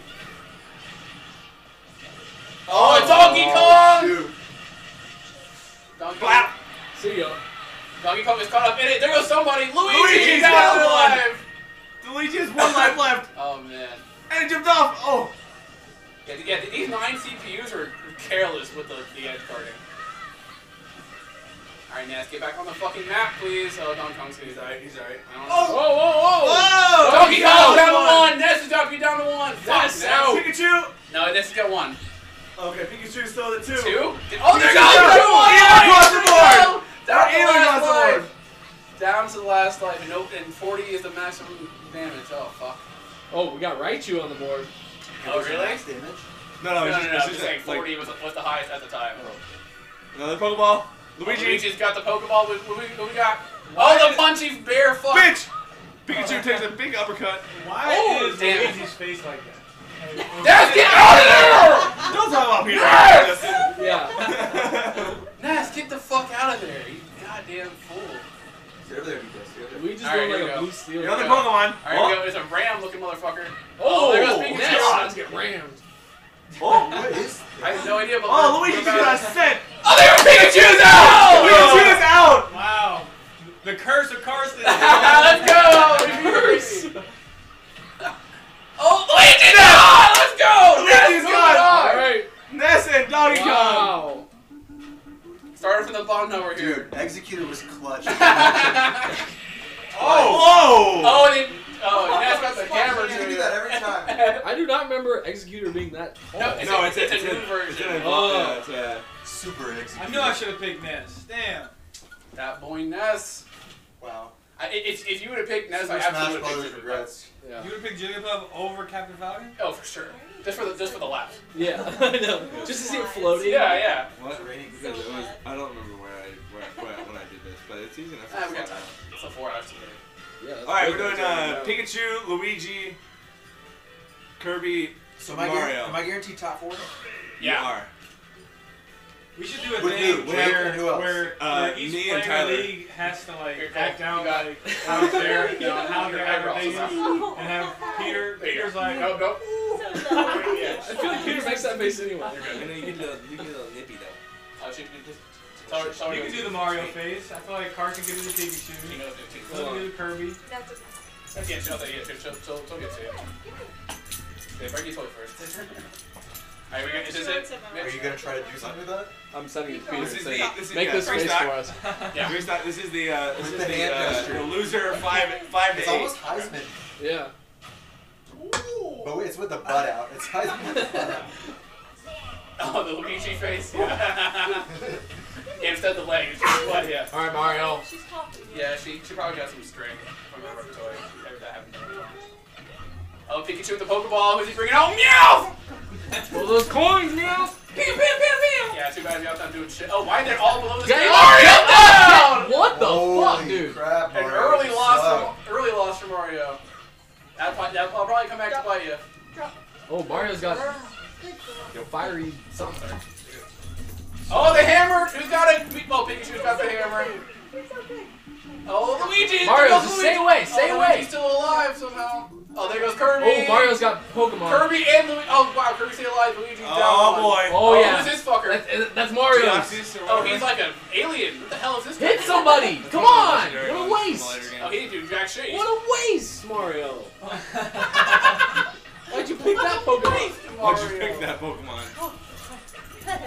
S4: Oh, it's Donkey Kong.
S2: Dude.
S4: Donkey,
S6: Blap.
S5: See ya.
S4: Donkey Kong is caught up in it. There goes somebody. Luigi.
S6: Luigi's
S4: down
S6: down one.
S4: alive.
S6: Luigi has one life left,
S4: Oh man.
S6: and he jumped off. Oh,
S4: Yeah, yeah, these nine CPUs are careless with the, the edge carding. Alright, Ness, get back on the fucking map, please. Oh, Donkey Kong's gonna
S6: he's
S4: die.
S6: alright. He's alright.
S4: I don't
S6: Oh.
S4: know. Whoa,
S6: Whoa!
S4: Donkey Kong down
S6: one.
S4: to one! Ness is dropping you down to one! Fuck,
S6: Yes,
S4: no!
S6: Pikachu.
S4: No, Ness is got one.
S6: Okay, Pikachu's still at two.
S4: Two? Oh,
S6: Pikachu's
S4: there's Donkey
S6: down.
S4: Kong!
S6: Eeyore across the board.
S4: Down
S6: Eeyore across the board.
S4: last life, and, no, and 40 is the maximum damage. Oh, fuck.
S5: Oh, we got Raichu on the board.
S4: Oh, really?
S2: Max damage.
S6: No, no,
S4: No, no,
S6: it's
S4: no.
S6: just,
S4: I'm
S6: it's
S4: just
S6: just
S4: saying
S6: like,
S4: 40 was, was the highest at the time.
S6: another Pokeball. Luigi,
S4: Luigi's got the Pokeball. What we, we, got? Oh, the punchy bear fuck.
S6: bitch! Pikachu takes a big uppercut.
S8: Why
S4: Oh,
S8: is
S4: damn.
S8: Luigi's face like that?
S4: Ness, get out of
S6: Don't talk about Peter. [LAUGHS]
S5: Yeah.
S4: there! Ness, get the fuck out of there, you goddamn fool.
S2: Sit over there, you guys. Sit over there.
S5: We just
S4: All right,
S5: doing
S4: here
S5: like a
S4: we go.
S5: blue steel.
S6: Another Pokemon.
S4: Alright, we go. There's a ram looking motherfucker.
S5: Oh,
S4: there goes Pikachu.
S5: Ness, let's get rammed.
S6: Oh,
S2: What is?
S4: I have no idea about
S6: oh, Luigi just
S4: about-
S6: got Oh, sent.
S4: Oh, there are Pikachu's out!
S6: Luigi is out.
S8: Wow. The curse
S4: [LAUGHS]
S8: of Carson.
S4: Let's go! Reverse! oh, Luigi's out! Let's go!
S6: Luigi's
S4: Ness,
S6: gone.
S4: moving on!
S5: Alright.
S6: Ness and Donkey Kong.
S5: Wow.
S4: Starting from the bottom over here.
S2: Dude, Executor was [LAUGHS] clutch.
S4: [LAUGHS]
S6: Oh, whoa.
S4: Oh, and it, oh, Ness got the hammer.
S2: You're gonna do that every time.
S5: I do not remember Executor being that
S4: [LAUGHS]
S5: tall.
S4: No, it's-
S6: no, it's,
S4: it's a
S6: a
S4: new version.
S6: It's an
S5: Oh.
S6: yeah, it's a-
S2: Super Executor.
S8: I knew I should have picked Ness. Damn.
S4: That boy Ness.
S2: Wow.
S4: I, if, if you would have picked Ness, I
S2: Super
S4: absolutely
S2: Smash
S4: would have
S2: Brothers
S4: picked Jigglypuff.
S2: regrets.
S5: Yeah.
S8: You would have picked Jigglypuff over Captain Falcon?
S4: Oh, for sure. Just for the just for the laughs.
S5: Yeah, [LAUGHS] I know. Just to see it floating.
S4: Yeah, yeah.
S6: What?
S2: Raining
S6: Because it was,
S7: bad.
S6: I don't remember where I where, where, when I did this, but it's easy enough. to
S4: Ah, we got
S6: figure
S4: time.
S6: out.
S4: It's a four hours today.
S5: Yeah, that's
S6: All right, we're
S5: big.
S6: doing uh, Pikachu, Luigi, Kirby,
S2: So am I, guar-
S6: Mario.
S2: am I guaranteed top four?
S4: Yeah.
S8: We should do a
S2: With
S8: thing
S2: who? With
S8: where,
S2: who else?
S8: where,
S6: Uh,
S8: where each
S6: me
S8: player
S6: and
S8: in the
S6: Tyler.
S8: league has to
S4: Here,
S8: like act
S4: you
S8: out
S4: got-
S8: like
S4: [LAUGHS]
S8: how they're
S4: Yeah,
S8: how
S4: your
S8: they're
S4: eyebrows
S8: acting,
S4: is
S7: up.
S8: and have Peter
S4: There you
S8: Peter's
S4: go.
S8: like
S4: Oh, no.
S7: [LAUGHS]
S8: [LAUGHS]
S7: So
S4: Yeah.
S5: I feel like Peter makes that face anyway.
S6: You're good. you get a little, you get a little nippy though.
S4: Oh, she, just tell her, tell her
S8: you
S4: to-
S8: can do the Mario face. I feel like Carson can do the
S4: She
S8: Pikachu.
S4: knows it too.
S8: Let me do the Kirby.
S4: [LAUGHS]
S7: That doesn't.
S4: Yeah, she'll tell you. She'll, she'll, she'll, she'll get to you. Yeah, break your toy
S8: [LAUGHS]
S4: first. Alright, we got this. Is it?
S2: Are you gonna try to do something with that?
S5: I'm sending it to Peter and
S6: This is the,
S5: saying,
S6: this is,
S5: make
S6: yeah,
S5: this
S6: three
S5: face
S6: stock.
S5: for us.
S4: Yeah. [LAUGHS]
S6: Three stock. This is the uh, this
S2: With
S6: is
S2: the
S6: the,
S2: hand
S6: uh,
S2: gesture.
S6: the loser five five to
S2: It's
S6: eight.
S2: almost Heisman.
S5: Yeah.
S2: But wait, it's with the butt out. It's Heisman with the butt out.
S4: Oh, the Luigi face. Yeah. [LAUGHS] Instead the legs. What? Yeah.
S5: All right, Mario.
S7: She's talking.
S4: Yeah, she, she probably got some string from the rubber toy. That- that happened to her. Oh, Pikachu with the Pokeball. Who's he bringing? Oh, meow!
S5: Well, those coins, Neil.
S4: Yeah, too bad you have time doing shit. Oh, why they're all below the
S5: Get
S4: screen?
S5: down! What the fuck,
S2: Holy
S5: dude?
S2: crap,
S4: An
S2: Mario,
S4: early
S2: you
S4: loss,
S2: suck.
S4: from, early loss for Mario. That might, that'll probably come back to bite you.
S5: Oh, Mario's got
S7: Good girl.
S5: fiery something.
S4: Oh, the hammer! Who's got it? Oh, Pikachu's got the hammer.
S7: It's okay.
S4: Oh, Luigi!
S5: Mario,
S4: there goes
S5: just
S4: Luigi.
S5: stay away, stay
S4: oh,
S5: away.
S4: Luigi's still alive somehow. Oh, there goes Kirby!
S5: Oh, Mario's got Pokemon.
S4: Kirby and Luigi. Oh, wow, Kirby's still alive. Luigi's down.
S6: Oh
S4: one.
S6: boy.
S5: Oh
S4: Who's
S5: yeah.
S4: this fucker?
S5: That's, that's Mario's.
S6: Deoxys or
S4: Oh,
S6: whatever.
S4: he's like an alien. What the hell is this?
S5: Hit
S4: guy?
S5: somebody! Come on! What a waste!
S4: Oh, he didn't do jack shit.
S5: What a waste, Mario. Why'd you pick that Pokemon?
S6: Why'd you pick that Pokemon?
S4: Oh,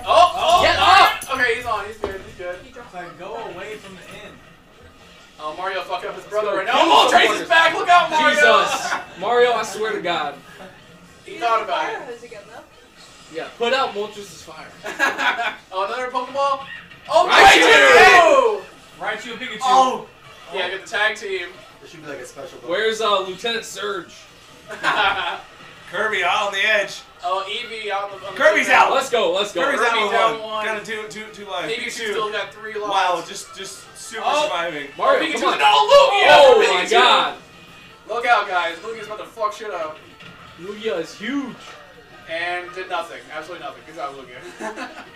S4: oh,
S5: Get
S4: all right. Okay, he's on. He's good. He's good.
S7: [LAUGHS] He dropped.
S8: It's like go away from the end.
S4: Oh, Mario fucking up his brother
S5: go.
S4: right now. Oh,
S5: Trace
S4: Trace is back. Look out, Mario.
S5: Jesus. Mario, I swear to God.
S4: he thought about
S5: [LAUGHS]
S7: Fire hose again, though.
S5: Yeah, put out Moltres' fire.
S4: it. oh, another Pokeball. Oh, Raichu!
S6: Raichu!
S8: Raichu and Pikachu.
S6: Oh.
S4: Yeah, get the tag team. [LAUGHS]
S2: There should be like a special button.
S5: Where's uh, Lieutenant Surge?
S6: Kirby out on the edge.
S4: oh, Eevee out on the. On the
S6: Kirby's out.
S5: Let's go, let's go.
S6: Kirby's out
S4: Kirby's
S6: with
S4: down
S6: one.
S4: one.
S6: Got a two, two, two lives.
S4: Pikachu's still got three lives.
S6: Wow, just just super
S4: Oh.
S6: surviving.
S4: Oh,
S5: Mario,
S4: Pikachu's
S5: come on.
S4: no,
S5: Oh
S4: Lugia!
S5: my God.
S4: Look out, guys. Lugia's about to fuck shit up.
S5: Lugia is huge.
S4: And did nothing. Absolutely nothing. Good job, Lugia. [LAUGHS]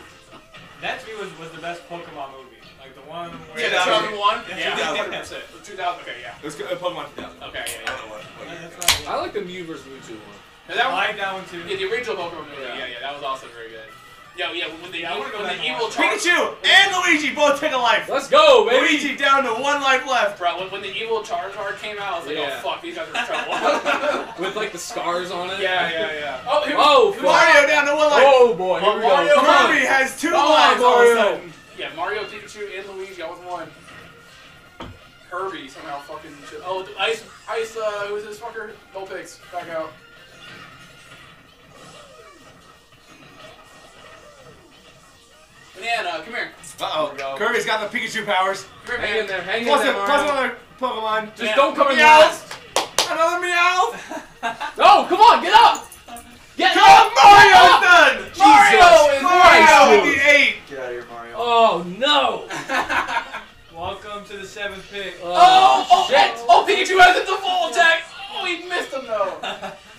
S8: That to me was, was the best Pokemon movie. Like the one
S4: Yeah,
S8: where
S6: that's what
S4: 2001? Yeah, [LAUGHS]
S6: 2000.
S4: 100%. 2000, okay, yeah.
S6: Let's go. Uh, Pokemon
S4: Okay,
S6: 2000.
S4: yeah,
S6: I
S4: yeah.
S6: don't know what. what year it
S8: That's
S6: is.
S8: what
S5: I like the Mew versus Mewtwo one.
S4: Now
S8: I
S4: that one,
S8: like that one too.
S4: yeah, the original Pokemon movie,
S5: Yeah.
S4: yeah, yeah, that was also very good. Yeah, yeah, when the,
S8: Yeah, I wanna go
S4: when
S8: back
S4: the
S8: and
S4: evil
S8: watch
S4: Char-
S6: Pikachu and Luigi both take a life.
S5: Let's go, baby.
S6: Luigi down to one life left.
S4: Bro, when, when the evil Charizard came out, I was like,
S5: Yeah.
S4: oh fuck, these guys are in trouble.
S5: With like the scars on
S4: [LAUGHS]
S5: it.
S4: yeah, yeah, yeah. Oh, here,
S5: Oh,
S4: here-
S6: Mario down to one life.
S5: Oh boy, here we go.
S4: Mario,
S5: Come on.
S6: Kirby has two
S5: Oh,
S6: lives all of a
S5: Mario.
S6: sudden.
S4: Yeah, Mario, Pikachu, and Luigi, all with one. Kirby somehow fucking shit. Oh, the Ice, Ice, uh, who is this fucker? Vulpix, back out. Banana, come here.
S6: Uh oh. Kirby's got the Pikachu powers.
S4: Come here,
S5: Hang in
S4: man.
S5: there, hang in
S6: Plus,
S5: there,
S6: a, plus
S5: Mario.
S6: another Pokemon. Just
S4: Yeah.
S6: don't come in
S4: Meowth.
S6: last. Another Meowth.
S4: No, come on, get up! Get
S6: Come
S4: up!
S6: on, Mario's done.
S4: Mario is
S6: Mario
S4: right!
S6: with the eight.
S2: Get out of here, Mario.
S4: Oh no!
S8: Welcome to the seventh pick.
S5: Uh,
S4: Oh, oh, shit! Oh, Pikachu has a default attack! Oh, he missed him [LAUGHS] though!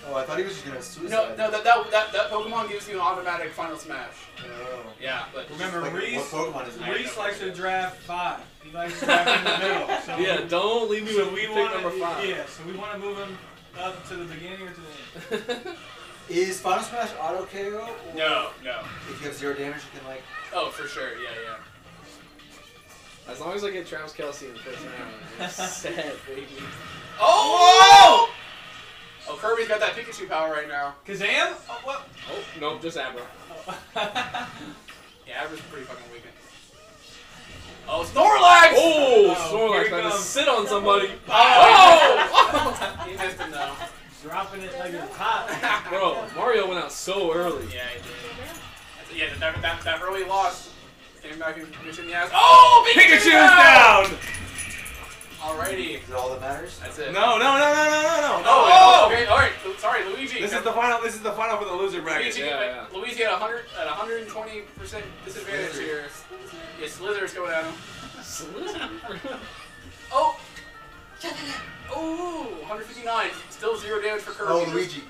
S2: Oh, I thought he was just gonna suicide.
S4: No, no, that, that, that, that Pokemon gives you an automatic final smash.
S2: Oh.
S4: Yeah, but.
S8: Remember,
S2: Like,
S8: Reese.
S2: What Pokemon is it?
S8: Reese likes to draft five. He likes to draft in the middle.
S4: [LAUGHS]
S8: So
S4: don't leave
S8: so we
S4: pick
S8: want Yeah, so we want to move him up to the beginning or to the end.
S2: Is Final Smash auto KO? Or
S4: No, no.
S2: If you have zero damage, you can like.
S4: Oh, for sure, yeah, yeah.
S5: As long as I get Travis Kelsey in the first round,
S8: [LAUGHS]
S5: I'm set, baby.
S4: Oh! Oh, Kirby's got that Pikachu power right now.
S8: Kazam? Oh, what?
S5: Oh, nope, just Abra.
S4: Yeah, Abra's pretty fucking weak. Oh, Snorlax!
S1: Oh,
S8: Snorlax, I just
S1: sit on somebody.
S8: Ah.
S4: Oh! [LAUGHS] he missed him though.
S8: [LAUGHS] Dropping it like it's hot.
S1: Bro, Mario went out so early.
S4: Yeah, he did. That's- Yeah, that, that, that early loss came back and missed in the ass. Oh,
S6: Pikachu's
S4: Pikachu's
S6: down.
S4: Alrighty,
S2: Is it all that matters?
S4: that's it.
S6: No, no, no, no, no, no, no.
S4: Oh, okay, alright. Lu- Sorry, Luigi.
S6: This is the final. This is the final for the loser bracket.
S4: Luigi,
S1: Yeah,
S4: Luigi at 100 at 120 percent disadvantage here. Yeah, Slither's going at him. Oh. Ooh, 159. Still zero damage for Kirby.
S2: Oh, Luigi.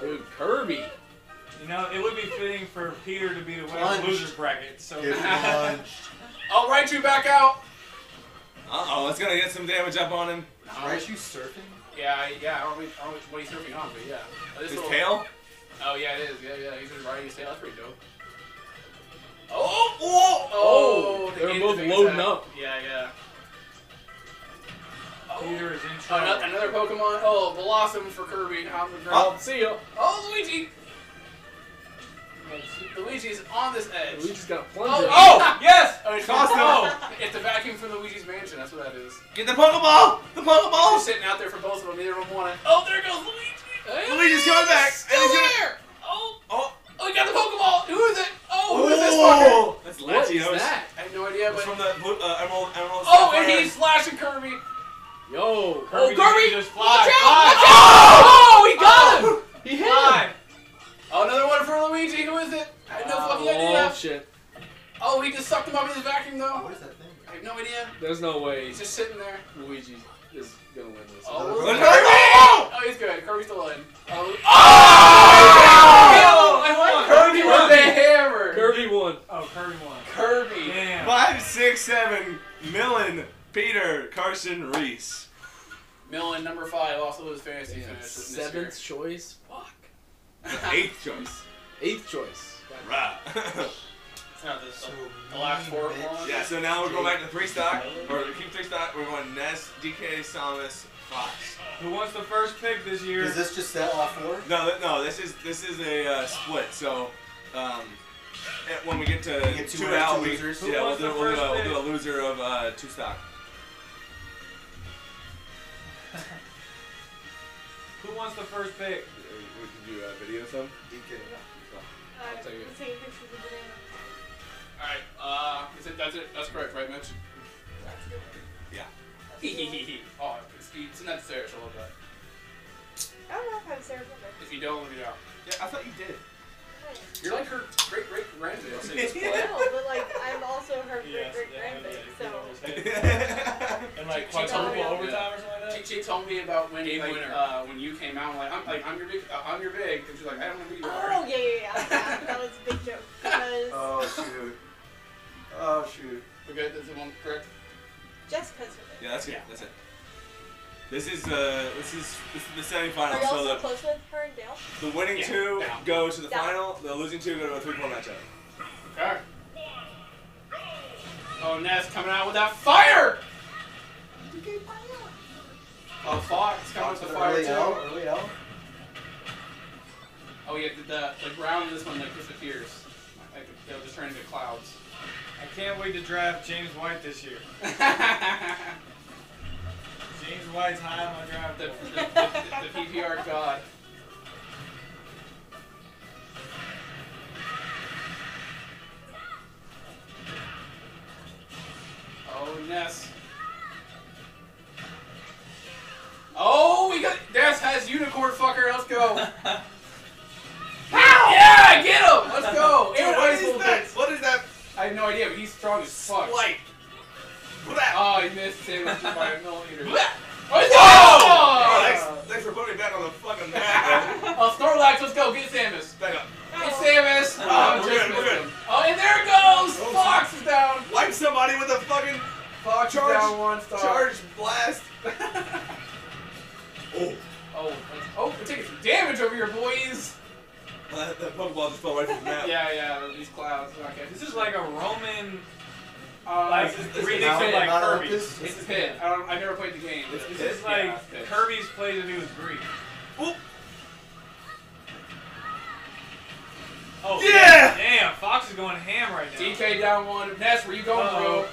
S1: Dude, Kirby.
S8: You know, it would be fitting for Peter to be the winner of
S2: Plunge.
S8: the loser's bracket. So
S4: [LAUGHS]
S8: [LAUGHS]
S2: Get lunged.
S4: I'll write you back out.
S6: Uh oh, it's gonna get some damage up on him.
S2: Right, you surfing?
S4: Yeah, I- yeah. I don't really, I don't really what he's surfing on, but yeah. Oh, this
S6: His
S4: little-
S6: tail.
S4: Oh yeah, it is. Yeah, yeah. He's just riding his tail. That's pretty dope. Oh,
S6: Whoa!
S4: oh,
S1: they were
S4: the
S1: both
S4: big
S1: loading
S4: attack.
S1: up.
S4: Yeah, yeah.
S8: Peter is in
S4: Oh, ano-
S8: trouble.
S4: another Pokemon. Oh, Blossom for Kirby on the
S1: Oh,
S4: ground.
S1: see ya.
S4: Oh, Luigi. Luigi's on this edge.
S1: We just got
S4: Oh,
S1: plunged.
S4: [LAUGHS] oh,
S8: Yes!
S4: oh it's,
S6: Costco.
S4: [LAUGHS] it's a vacuum from Luigi's Mansion. That's what that is.
S6: Get the Pokeball! The
S4: Oh,
S6: Pokeball!
S4: sitting out there for both of them. Neither of them want it. Oh, there goes Luigi.
S6: Luigi's coming back!
S4: Still
S6: And he's gonna-
S4: there. Oh,
S6: Oh!
S4: oh, he got the Pokeball. Who is it? Oh, who is this fucker?
S6: Oh! That's
S1: What
S6: Latios.
S1: is that?
S4: I have no idea,
S6: It's
S4: but
S6: from the blue, uh, Emerald, Emerald.
S4: oh,
S6: Sapphire.
S4: and he's slashing Kirby.
S1: Yo.
S4: Oh,
S8: Kirby,
S4: Kirby,
S8: you just fly.
S4: Oh, he got him.
S1: He hit him.
S8: Fly!
S4: Oh, another one for Luigi. Who is it? I have no fucking
S1: Oh,
S4: idea.
S1: shit.
S4: Oh, he just sucked him up in his vacuum though.
S2: What is that thing?
S4: I have no idea.
S1: There's no way
S4: He's just sitting there.
S1: Luigi is gonna win this.
S4: Oh,
S6: Look
S4: Kirby!
S6: at that!
S4: Oh, he's good. Kirby's still in. Oh,
S6: Oh!
S4: Wait, hold on.
S1: Kirby
S4: Kirby
S1: won.
S4: with Ah! a hammer.
S1: Kirby won.
S8: Oh, Kirby won.
S4: Kirby.
S8: Damn.
S6: Oh! Five, six, seven. Millen, Peter, Carson, Reese.
S4: Millen, number five, also his fantasy finish this year.
S5: Seventh choice. Fuck.
S6: Eighth choice.
S5: Eighth choice.
S6: Right. [LAUGHS]
S4: It's not this.
S2: So
S4: The last four
S2: mean,
S4: ones.
S6: yeah. So now we're going back to three stock, or keep three stock. We're going Ness, DK, Samus, Fox.
S8: Who wants the first pick this year?
S2: Is this just that all four?
S6: No, th- no. This is this is a uh, split. So, um, eh, when we get to
S2: get two
S6: two,
S2: winners,
S6: out,
S2: two
S6: we,
S2: losers.
S6: yeah,
S8: Who
S6: we'll
S8: was
S6: do,
S8: the
S6: we'll, do
S8: first
S6: a, we'll do
S8: pick?
S6: a loser of uh, two stock.
S8: Who wants the first pick?
S6: We can do uh, video some.
S2: DK.
S7: I'll
S1: take it.
S7: Taking pictures of the banana.
S4: Alright, uh, is it, that's it, that's correct, right, Mitch?
S6: Yeah.
S4: [LAUGHS] oh, it's, it's not serious a little bit.
S7: I don't know if I'm Sarah
S4: [LAUGHS]
S7: Palmer.
S4: If you don't, let me know.
S6: Yeah, I thought you did.
S4: You're like her great great grandmother. [LAUGHS]
S7: No, but like I'm also her
S8: Yes,
S7: great great
S8: they have
S7: grandmother,
S8: it.
S7: so
S8: And
S4: She- she
S8: like quadruple
S7: told
S4: me-
S8: overtime or something like
S4: she, she
S8: that?
S4: told me about when
S1: Game
S4: like,
S1: winner.
S4: uh, when you came out. I'm like I'm like I'm your big uh, I'm your big, and she's like I don't want to be your
S7: Oh yeah, yeah, yeah. That, that was a big joke because
S4: [LAUGHS]
S2: Oh shoot. Oh shoot.
S4: We're good. That's the one correct.
S7: Jessica's with it.
S6: [LAUGHS] Yeah, that's good.
S8: Yeah.
S6: That's it. This is uh, this is this is the
S7: Are
S6: semifinal.
S7: y'all
S6: So
S7: so
S6: the,
S7: close with her and Dale?
S6: the winning
S4: Yeah,
S6: two
S4: down.
S6: go to the
S7: Down.
S6: final. The losing two go to a three-four matchup.
S4: Okay. Oh, Ness coming out with that fire. Oh, Fox coming with the fire
S2: Early L,
S4: too.
S2: early L.
S4: Oh yeah, the the, the ground in this one like disappears. Like they'll just turn into clouds. [LAUGHS]
S8: I can't wait to draft James White this year.
S4: the,
S8: James White's high on my draft
S4: the, the,
S8: board.
S4: the PPR god. Oh, Ness. Oh, no idea, but he's strong as fuck.
S6: Slight. Blah.
S4: Oh, he missed him by a millimeter.
S6: Blah. Oh,
S4: Oh,
S6: thanks, thanks for putting me back on the fucking
S4: [LAUGHS]
S6: map, bro.
S4: Oh, Snorlax, let's go get Samus.
S6: Back up.
S7: Oh.
S4: Get Samus.
S6: Ah,
S4: Oh,
S6: we're
S4: just
S6: good, we're
S4: missed
S6: good.
S4: him. Oh, and there it goes.
S6: Oh,
S4: Fox is down.
S6: Wipe somebody with a fucking
S4: Fox is
S6: Charge.
S4: down one star.
S6: charge [LAUGHS] blast. Oh,
S4: [LAUGHS] Oh, that's, oh, we're taking some damage over here, boys.
S6: uh, that Pokeball just fell right from the map.
S4: Yeah, yeah, these clouds. Okay,
S8: This is like a Roman,
S4: uh,
S8: like
S4: this is-
S6: is
S8: three
S6: now
S8: dicks like
S2: not
S8: Kirby.
S2: Olympus?
S4: It's pit. I don't. I never played the game.
S6: It's
S4: This
S6: pit?
S4: is
S8: It's like
S4: yeah, pit.
S8: Kirby's plays when he was Greek.
S6: Oop.
S8: Oh
S6: Yeah!
S8: Damn, Fox is going ham right now.
S4: DK down one. Ness, where you going, bro?
S8: Uh-oh.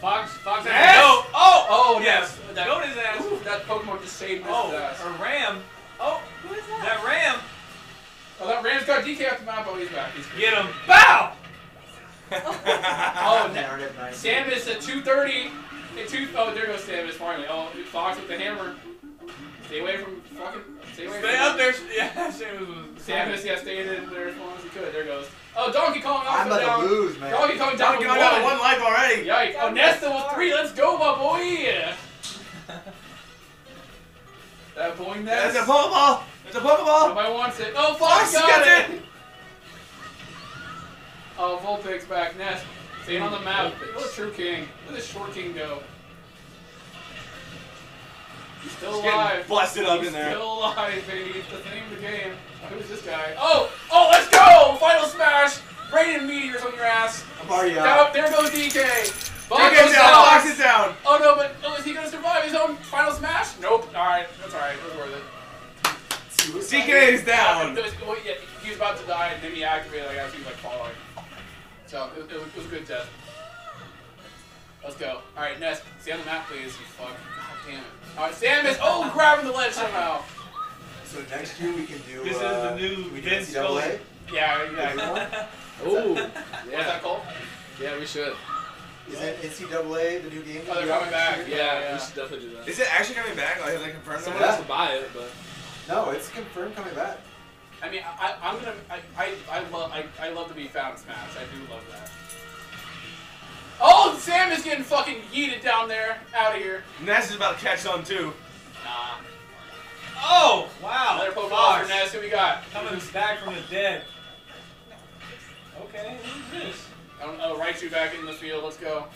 S8: Fox, Fox
S4: Yes!
S8: has to go.
S4: Oh, oh,
S8: Yes,
S4: That,
S8: go to his ass.
S4: Ooh, that Pokemon just saved uh, Mr.
S8: Oh,
S4: ass.
S8: a ram. Oh,
S7: Who is
S8: [LAUGHS]
S7: that?
S8: that ram.
S4: Oh, that Rams got DK off the map. Oh, he's back. He's
S8: Get him. Bow.
S6: [LAUGHS]
S4: Oh, ne-
S2: Narrative nice.
S4: Samus at 2:30. At two, oh, there goes Samus finally. Oh, Fox with the hammer. Stay away from fucking. Stay away
S8: Stay
S4: from
S8: up there. Yeah, Samus was.
S4: Samus, yeah, stayed in there as long as he could. There goes. Oh, Donkey Kong
S2: I'm
S4: also
S2: about to
S4: down.
S2: lose, man.
S4: Donkey Kong down
S6: Donkey
S4: with
S6: Kong got
S4: one.
S6: one life already.
S4: Yikes. Oh, Nesta with three. Let's go, my boy. that boy
S6: There's
S4: Nest.
S6: a Pokeball. There's a Pokeball.
S4: Nobody wants it. Oh,
S6: Fox
S4: Fox got
S6: gets
S4: it. Oh, Vulpix back. Nest. Staying on the map. Look at True King. Where did Short King go? He's still
S6: Just
S4: alive.
S6: getting busted up
S4: He's
S6: in there.
S4: Still alive, baby. It's the name of the game. Who's this guy? Oh, oh, let's go! Final smash. Raining meteors on your ass.
S2: I'm already out.
S4: Down, there goes DK. Box
S6: DK's
S4: goes down.
S6: down. Fox is down.
S4: Oh no, but oh, is he gonna survive his own final smash? Nope. All right, that's all right. It was worth it.
S6: DK is down.
S4: It was- well, yeah, he was about to die, and then he activated like as he was like following. So it, it, was, it was a good test. Let's go. All right, Ness, stay on the map, please. You fuck. God damn it. All right, Samus. Oh, grabbing the ledge somehow.
S2: So next year we can do.
S8: This is
S2: uh,
S8: the new
S2: we do
S8: Vince
S2: NCAA.
S4: Yeah, yeah.
S1: Oh,
S4: What's
S1: yeah,
S4: that called?
S1: yeah, we should.
S2: Is it NCAA the new game?
S4: Oh, they're coming back.
S1: Yeah,
S4: Yeah,
S1: we
S4: yeah.
S1: should definitely do that.
S6: Is it actually coming back? Like, have they confirmed
S1: Someone
S6: that?
S1: has to buy it, but
S2: No, it's confirmed coming back.
S4: I mean, I, I, I'm gonna. I, I, I love. I, I love to be found smash. I do love that. Oh, Sam is getting fucking yeeted down there. Out of here.
S6: Ness is about to catch on too.
S4: Nah.
S8: Oh, wow.
S4: Another Pokemon
S8: Fox
S4: for Ness. Who we got?
S8: coming back from the dead. Okay, who's this?
S4: I don't know. Raichu back in the field. Let's go.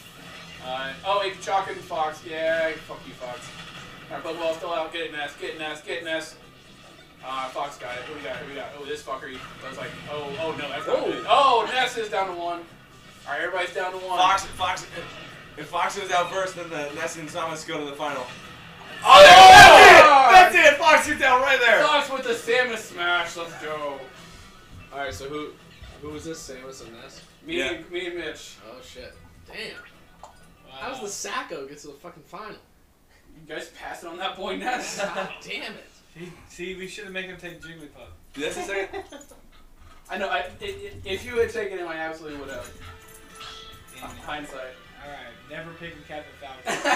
S4: Uh, oh, it's Chalk and Fox. Yeah, fuck you, Fox. Our Pokeball still out. Get it, Ness. Get it, Ness. Get it, Ness. Uh, Fox got it. Who we got? Who we got? Oh, this fucker. He was like, oh, oh no, that's not good. Oh, Ness is down to one. All right, everybody's down to one.
S6: Fox, Fox. If, if Fox goes out first, then the Ness and Samus go to the final.
S4: Oh,
S6: That's it. That's it. Fox is down right there.
S4: Fox with the Samus smash. Let's go.
S1: all right. So who, who was this? Samus and this?
S4: Me,
S6: Yeah.
S4: and, me and Mitch.
S1: Oh shit! Damn. How does
S4: Wow.
S1: the Sacco get to the fucking final?
S4: You guys passing on that boy Ness. [LAUGHS]
S1: God damn it!
S8: He, see, we should have made him take Jigglypuff.
S6: This is it.
S4: I know. I, it, it, if you had taken him, I absolutely would have.
S8: All
S4: Hindsight.
S8: right, never picking Captain
S4: [LAUGHS]
S8: Falcon.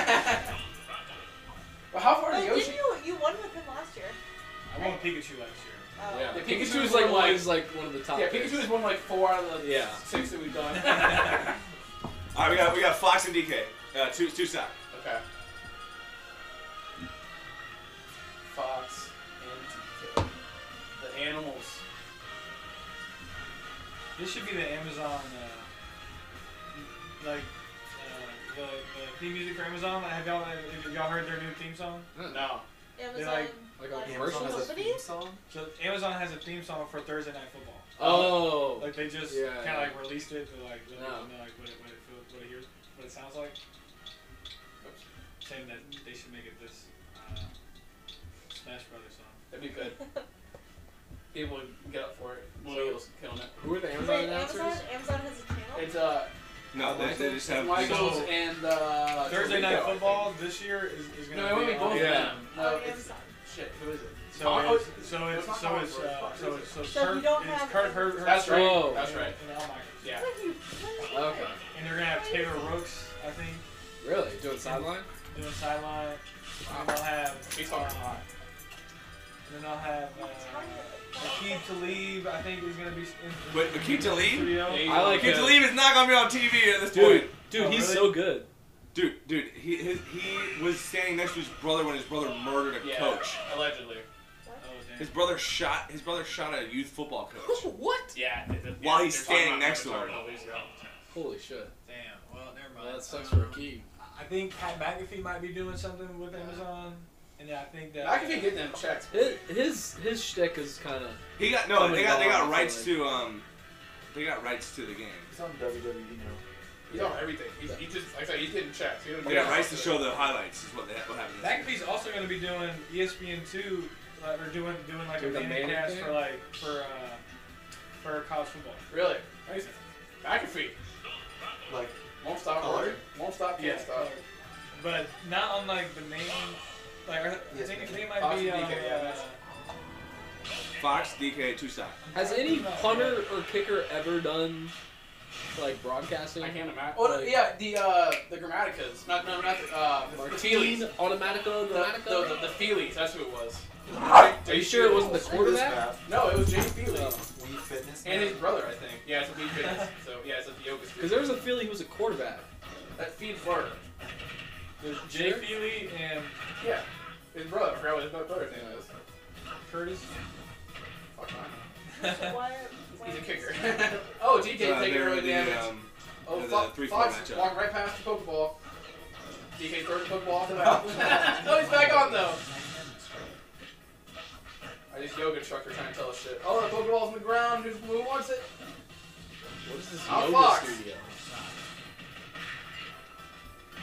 S4: but how far
S7: But
S4: did
S7: did
S4: Yoshi?
S7: you you won with him last year?
S8: I want Pikachu last year.
S7: Oh.
S1: Yeah,
S4: Yeah, Pikachu is like-
S1: always like one of the top.
S4: Yeah,
S1: picks.
S4: Pikachu has won like four out of the
S1: Yeah.
S4: six that we've done.
S6: All right, we got we got Fox and DK. Uh, two two stock.
S4: okay. Fox and DK. The animals.
S8: This should be the Amazon, uh, like uh, the the theme music for Amazon. Have y'all have y'all heard their new theme song?
S4: No.
S7: Amazon.
S8: like-
S1: Like on
S7: Yeah,
S1: commercials?
S7: Amazon has a theme
S2: song.
S8: So Amazon has a theme song for Thursday Night Football.
S1: Oh.
S8: Like they just
S1: Yeah,
S8: kind of
S1: yeah.
S8: like released it to like let
S1: No.
S8: people know like what it what it feels what it hears what it sounds like. Oops. Saying that they should make it this uh, Smash Brothers song.
S4: That'd be good. People would get up for it. Millennials killing it.
S1: Who are the Amazon
S7: Wait,
S1: announcers?
S7: Amazon, Amazon has a channel?
S4: It's uh,
S6: No, they, they just have.
S4: Michaels
S6: Big,
S8: So-
S4: and uh.
S8: Thursday
S4: Torito, I
S8: Night
S4: think.
S8: Football this year is, is gonna
S4: No, it won't
S8: be
S4: be both
S8: on-
S4: of
S1: Yeah.
S4: them.
S7: Oh,
S4: No, it's
S7: Amazon.
S4: shit. Who is it?
S8: So
S4: Oh,
S8: it's so
S4: it's
S8: it's
S4: not
S8: so
S4: Howard
S8: it's
S4: Brooks,
S8: uh,
S4: fuck,
S8: so
S4: is
S8: it's so
S7: So you
S8: Sir-
S7: don't
S8: it's
S7: have
S8: Kurt
S7: it.
S8: Her- Her-
S4: That's right.
S1: Oh.
S4: That's right.
S8: and Al Michaels.
S4: Yeah.
S7: What you what?
S1: Okay.
S8: And they're gonna have Taylor Rooks, I think,
S1: Really? Doing sideline?
S8: doing sideline. And they'll have
S4: He's talking a lot.
S8: And then I'll have uh,
S7: [LAUGHS]
S8: Akib Talib. I think is gonna be. In,
S6: But Akib Talib?
S8: Studio.
S4: I like
S6: Kid Talib is not gonna be on TV at this
S9: Dude,
S6: point.
S9: dude,
S8: Oh,
S9: he's
S8: really?
S9: so good.
S6: Dude, dude, he his, he was standing next to his brother when his brother murdered a
S4: Yeah.
S6: coach.
S4: Allegedly.
S8: Oh, damn.
S6: His brother shot his brother shot a youth football [LAUGHS] coach.
S9: what?
S4: Yeah. th- th-
S6: While
S4: yeah,
S6: he's
S4: they're
S6: standing
S4: talking about
S6: next
S4: the
S6: to her.
S4: Tar Heels, yeah.
S9: Holy shit.
S8: Damn. Well, never
S9: Well,
S8: mind. Um,
S9: that sucks for a key.
S8: I think Pat McAfee might be doing something with Amazon, and then I think that.
S4: I can be getting them checks.
S9: His his, his shtick is kind of
S6: He got no, they got they got
S9: Coming
S6: rights
S9: on,
S6: to um, they got rights to the game.
S2: It's on WWE now.
S4: He's on everything. He's, he just like I said, he's getting checks. He doesn't
S6: They
S4: get
S6: got rights to
S4: it.
S6: show the highlights. Is what they what happened.
S8: McAfee's also going to be doing E ESPN two, like, or doing doing like
S9: Doing
S8: a
S9: the
S8: main
S9: Manning
S8: cast
S9: thing?
S8: for like for uh, for college football.
S4: Really? Nice. McAfee
S2: Like,
S4: won't stop
S2: Color?
S4: working. Won't stop. Can't stop.
S8: But not on like the main. Like I
S2: Yes,
S8: think
S2: man.
S8: they might
S4: Fox
S8: be
S4: and
S8: on.
S4: DK, yeah,
S8: uh,
S4: that's-
S6: Fox, DK, two stock.
S9: Has any punter or kicker ever done like broadcasting?
S4: I can't imagine.
S9: Oh,
S4: Oh
S9: no,
S4: yeah, the uh, the Grammaticas. Not no, not the uh, the
S9: Martine,
S4: Feelies.
S9: Automatica,
S4: The, the,
S9: Grammatica?
S4: the, the Feelies. That's who it was.
S9: Are you sure it wasn't the
S2: this
S9: quarterback?
S2: map,
S4: No, it was Jay Feely
S2: Wii Fitness.
S4: and his
S2: map.
S4: brother, I think. Oh. Yeah, it's a Feed Fitness. So yeah, it's a yoga
S9: Because
S4: studio.
S9: there was a feeling he was a quarterback.
S4: That Feed Florida.
S8: There's Jay
S9: Sure.
S8: Feely and
S4: Yeah, his brother. I forgot what his brother's name is.
S8: Curtis.
S4: Fuck, I
S7: What?
S4: don't know. [LAUGHS] He's a kicker. oh, DK
S6: Uh,
S4: taking
S6: they're
S4: early
S6: the,
S4: damage.
S6: um,
S4: oh,
S6: they're the
S4: Fo-
S6: three, four
S4: Fox
S6: matchup.
S4: walked right past the Pokeball. DK throws the Pokeball off the
S6: [LAUGHS]
S4: map. no, he's back on though. I just yoga instructor trying to tell us shit. Oh, the Pokeball's on the ground. Who's, who wants it?
S9: What is this
S4: Oh,
S9: yoga
S4: Fox.
S9: studio?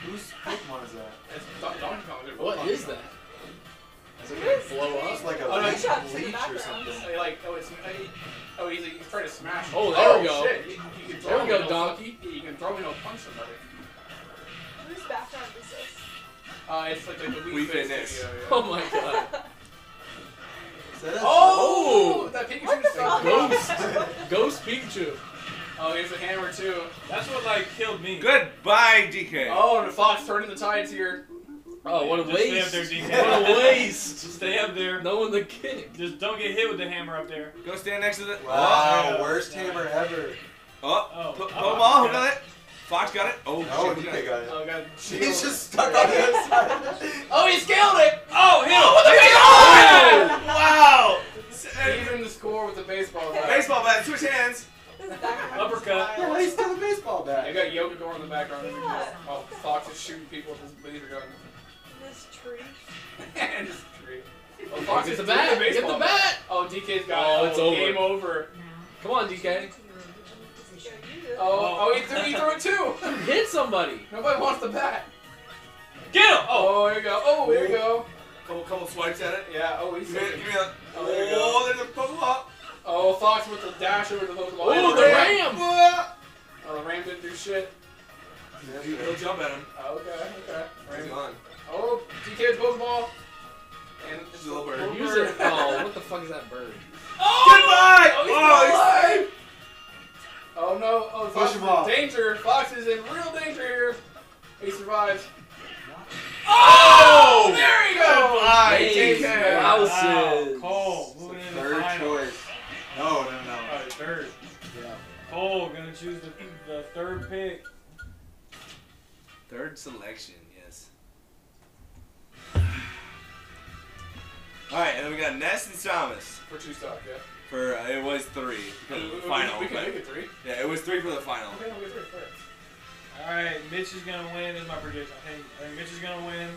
S2: Whose Pokemon is that?
S4: It's Don- Donkey Kong. dude.
S9: What
S4: Donkey
S9: is
S4: Kong.
S9: that?
S7: Is it
S9: Blow
S2: It's
S9: up?
S2: like a
S4: Oh, no,
S2: leech,
S7: shots in the
S2: leech or
S7: background.
S2: something.
S4: Oh, like, oh, it's, oh, he- oh, he's, he's trying to smash. him.
S9: Oh, there we go.
S4: Shit. You, you can
S9: There
S4: throw
S9: we
S4: him
S9: go,
S4: in a-
S9: donkey.
S4: You can throw him in a punch somebody.
S7: Whose background is this?
S4: Uh, it's like, like the
S6: We
S4: Wii Fit
S6: Fitness.
S4: Studio, yeah.
S9: Oh my god.
S2: Is that a-
S4: Oh! That Pikachu's
S7: [LAUGHS] What the fuck?
S9: Ghost! Ghost Pikachu!
S4: Oh, here's a hammer too.
S8: That's what like killed me.
S6: Goodbye, DK.
S4: Oh, and the fox turning the tides here.
S9: Oh, what a
S8: Just stay up there,
S9: waste!
S8: DK.
S9: What
S8: [LAUGHS]
S9: a waste!
S8: Stay up there.
S9: No one the kick.
S8: Just don't get hit with the hammer up there.
S6: Go stand next to the.
S2: Wow,
S8: Oh.
S2: worst hammer ever.
S6: Oh, oh,
S8: Oh, oh,
S6: oh, Pokeball,
S8: yeah.
S6: who got it? Fox got it. Oh,
S2: No,
S6: shit, who
S2: DK got it.
S4: Oh god.
S2: [LAUGHS] He's just stuck on the inside.
S4: Oh, he scaled it. Oh, hit him! Oh,
S6: Wow!
S4: He's in the score with the baseball bat.
S6: Baseball bat, switch hands.
S7: [LAUGHS] This is background.
S8: Uppercut.
S2: Yeah, [LAUGHS] why you still a baseball
S4: I
S2: bat?
S4: got yoga going in the background.
S7: Yeah.
S4: Oh, fox is shooting people with his laser gun. [LAUGHS]
S7: This tree.
S4: and just three. Oh, fox
S9: Get
S4: is
S9: the
S4: doing
S9: bat! Get the
S4: baseball
S9: bat!
S4: Oh, DK's got
S9: Oh,
S4: it.
S9: it's over.
S4: game over.
S9: Come on, DK.
S7: Yo, you do it.
S4: Oh, oh, he threw, he threw it too. [LAUGHS]
S9: Hit somebody!
S4: Nobody wants the bat.
S8: Get him!
S4: Oh,
S8: Oh,
S4: here we go. Oh, here we go.
S6: Couple, couple swipes at it.
S4: Yeah. Oh, he's.
S6: Give me, give me a.
S4: Oh, there you go.
S6: Oh, there's a Pokeball.
S4: Oh, Fox with the dash over the Pokeball.
S9: Oh, the ram!
S6: Whoa.
S4: Oh, the Ram didn't do shit.
S6: He'll jump at him.
S4: Oh, okay, okay.
S6: He's
S4: Ram.
S6: gone.
S4: Oh, DK's Pokeball. And
S6: Just a little bird.
S9: Use it. Oh, what the fuck is that bird?
S6: Goodbye.
S4: [LAUGHS] Oh, he's
S6: Oh,
S4: still
S6: he's-
S4: alive! Oh no! Oh,
S2: Push
S4: Fox
S2: him
S4: is
S2: off.
S4: in danger. Fox is in real danger here. He survives.
S6: Oh!
S4: There we go.
S6: Goodbye,
S9: Jeez,
S6: DK.
S9: wow.
S8: wow.
S9: Houses.
S8: Cole oh, moving into the
S2: Third
S8: final.
S2: choice. No, no, no.
S8: All right, third.
S2: Yeah.
S8: Cole gonna choose the, the third pick.
S6: Third selection, [SIGHS] yes. All right, and then we got Ness and Thomas
S4: For two stock, yeah.
S6: for uh, it was three because
S4: We-
S6: of
S4: we-
S6: the final.
S4: We can
S6: but-
S4: make it three.
S6: yeah, it was three for the final.
S4: Okay, we'll get three first.
S8: All right, Mitch is gonna win. Is my prediction. I think, I think Mitch is gonna win.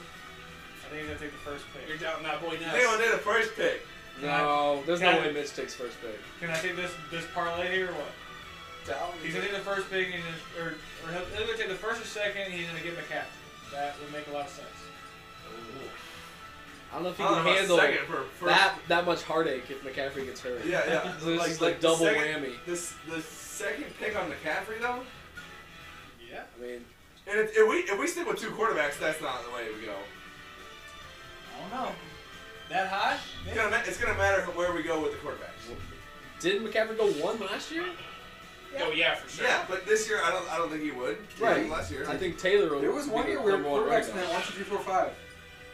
S8: I think he's gonna take the first
S4: You're
S8: pick.
S4: doubting that boy
S6: They
S4: Ness.
S6: only did the first pick.
S9: No, there's no
S8: Got it.
S9: way Mitch takes first pick.
S8: Can I take this this parlay here or what?
S4: Doubting
S8: He's gonna take the first pick and he's- or or he'll, he'll either take the first or second. And he's gonna get McCaffrey. That would make a lot of sense.
S9: I don't know if he
S6: I don't
S9: can
S6: know about
S9: handle
S6: second for first.
S9: that that much heartache if McCaffrey gets hurt.
S6: Yeah,
S9: [LAUGHS]
S6: yeah.
S9: So it's just like
S6: the
S9: double
S6: second,
S9: whammy.
S6: This the second pick on McCaffrey though,
S8: Yeah.
S9: I mean,
S6: and if, if we if we stick with two quarterbacks, that's not the way we go.
S8: I don't know. That high?
S6: It's gonna ma- it's gonna matter where we go with the quarterbacks.
S9: did McCaffrey go one last year?
S4: Oh yeah, for sure.
S6: Yeah, but this year I don't I don't think he would.
S9: Right.
S6: Even Last year.
S9: I think Taylor.
S2: There was one year where
S9: number one
S2: quarterbacks
S9: running
S2: went one, two, three, four, five.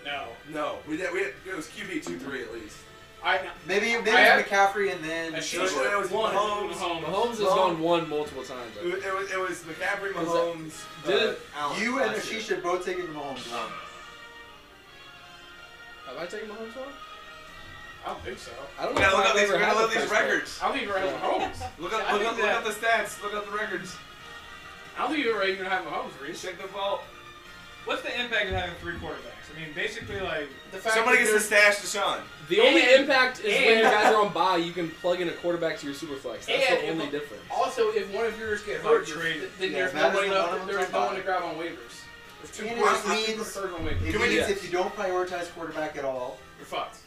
S4: No.
S6: No, we did, we had, it was QB two three at least.
S4: I
S2: Maybe maybe
S4: I have-
S2: it's McCaffrey and then
S4: I
S6: It was,
S4: should-
S6: it was
S4: one
S6: Mahomes.
S4: Mahomes.
S9: Mahomes has gone one multiple times. I
S6: It was, it was, it was McCaffrey, Mahomes,
S9: Did
S6: uh,
S9: it-
S6: Allen
S2: you and
S6: last year.
S2: Ashish are both taking Mahomes.
S9: Have I taken Mahomes off?
S4: I don't think so.
S9: I don't
S6: We gotta
S9: if
S6: look
S9: I've
S6: up these, we
S9: ever
S6: gotta
S9: had
S6: look
S9: the
S6: up these
S9: first one.
S6: records.
S4: I don't think you're having Mahomes.
S6: Look up,
S4: I
S6: look
S4: think
S6: up, look
S4: that-
S6: up the stats. Look up the records.
S4: I don't think you're even gonna have Mahomes, Reese.
S6: Check the vault.
S8: What's the impact of having three quarterbacks? I mean, basically, like,
S4: The fact
S6: Somebody
S4: that
S6: gets the stash to Sean.
S9: The only
S4: And-
S9: impact is when
S4: and-
S9: you guys are on bye, you can plug in a quarterback to your super flex. That's
S4: And
S9: the
S4: if-
S9: only difference.
S4: there's- also, if one of yours get
S8: Like
S4: hurt, you're-
S8: trade-
S4: then
S2: yeah,
S4: there's
S2: that is
S4: nobody
S2: the
S4: else.
S2: one I'm
S4: There's no
S2: talking
S4: one to grab on waivers. There's two
S2: And it
S4: quarterbacks, two
S2: means-
S4: preferred on waivers.
S2: It
S6: Can
S2: means
S6: we
S9: just-
S2: if you don't prioritize quarterback at all,
S4: You're fucked.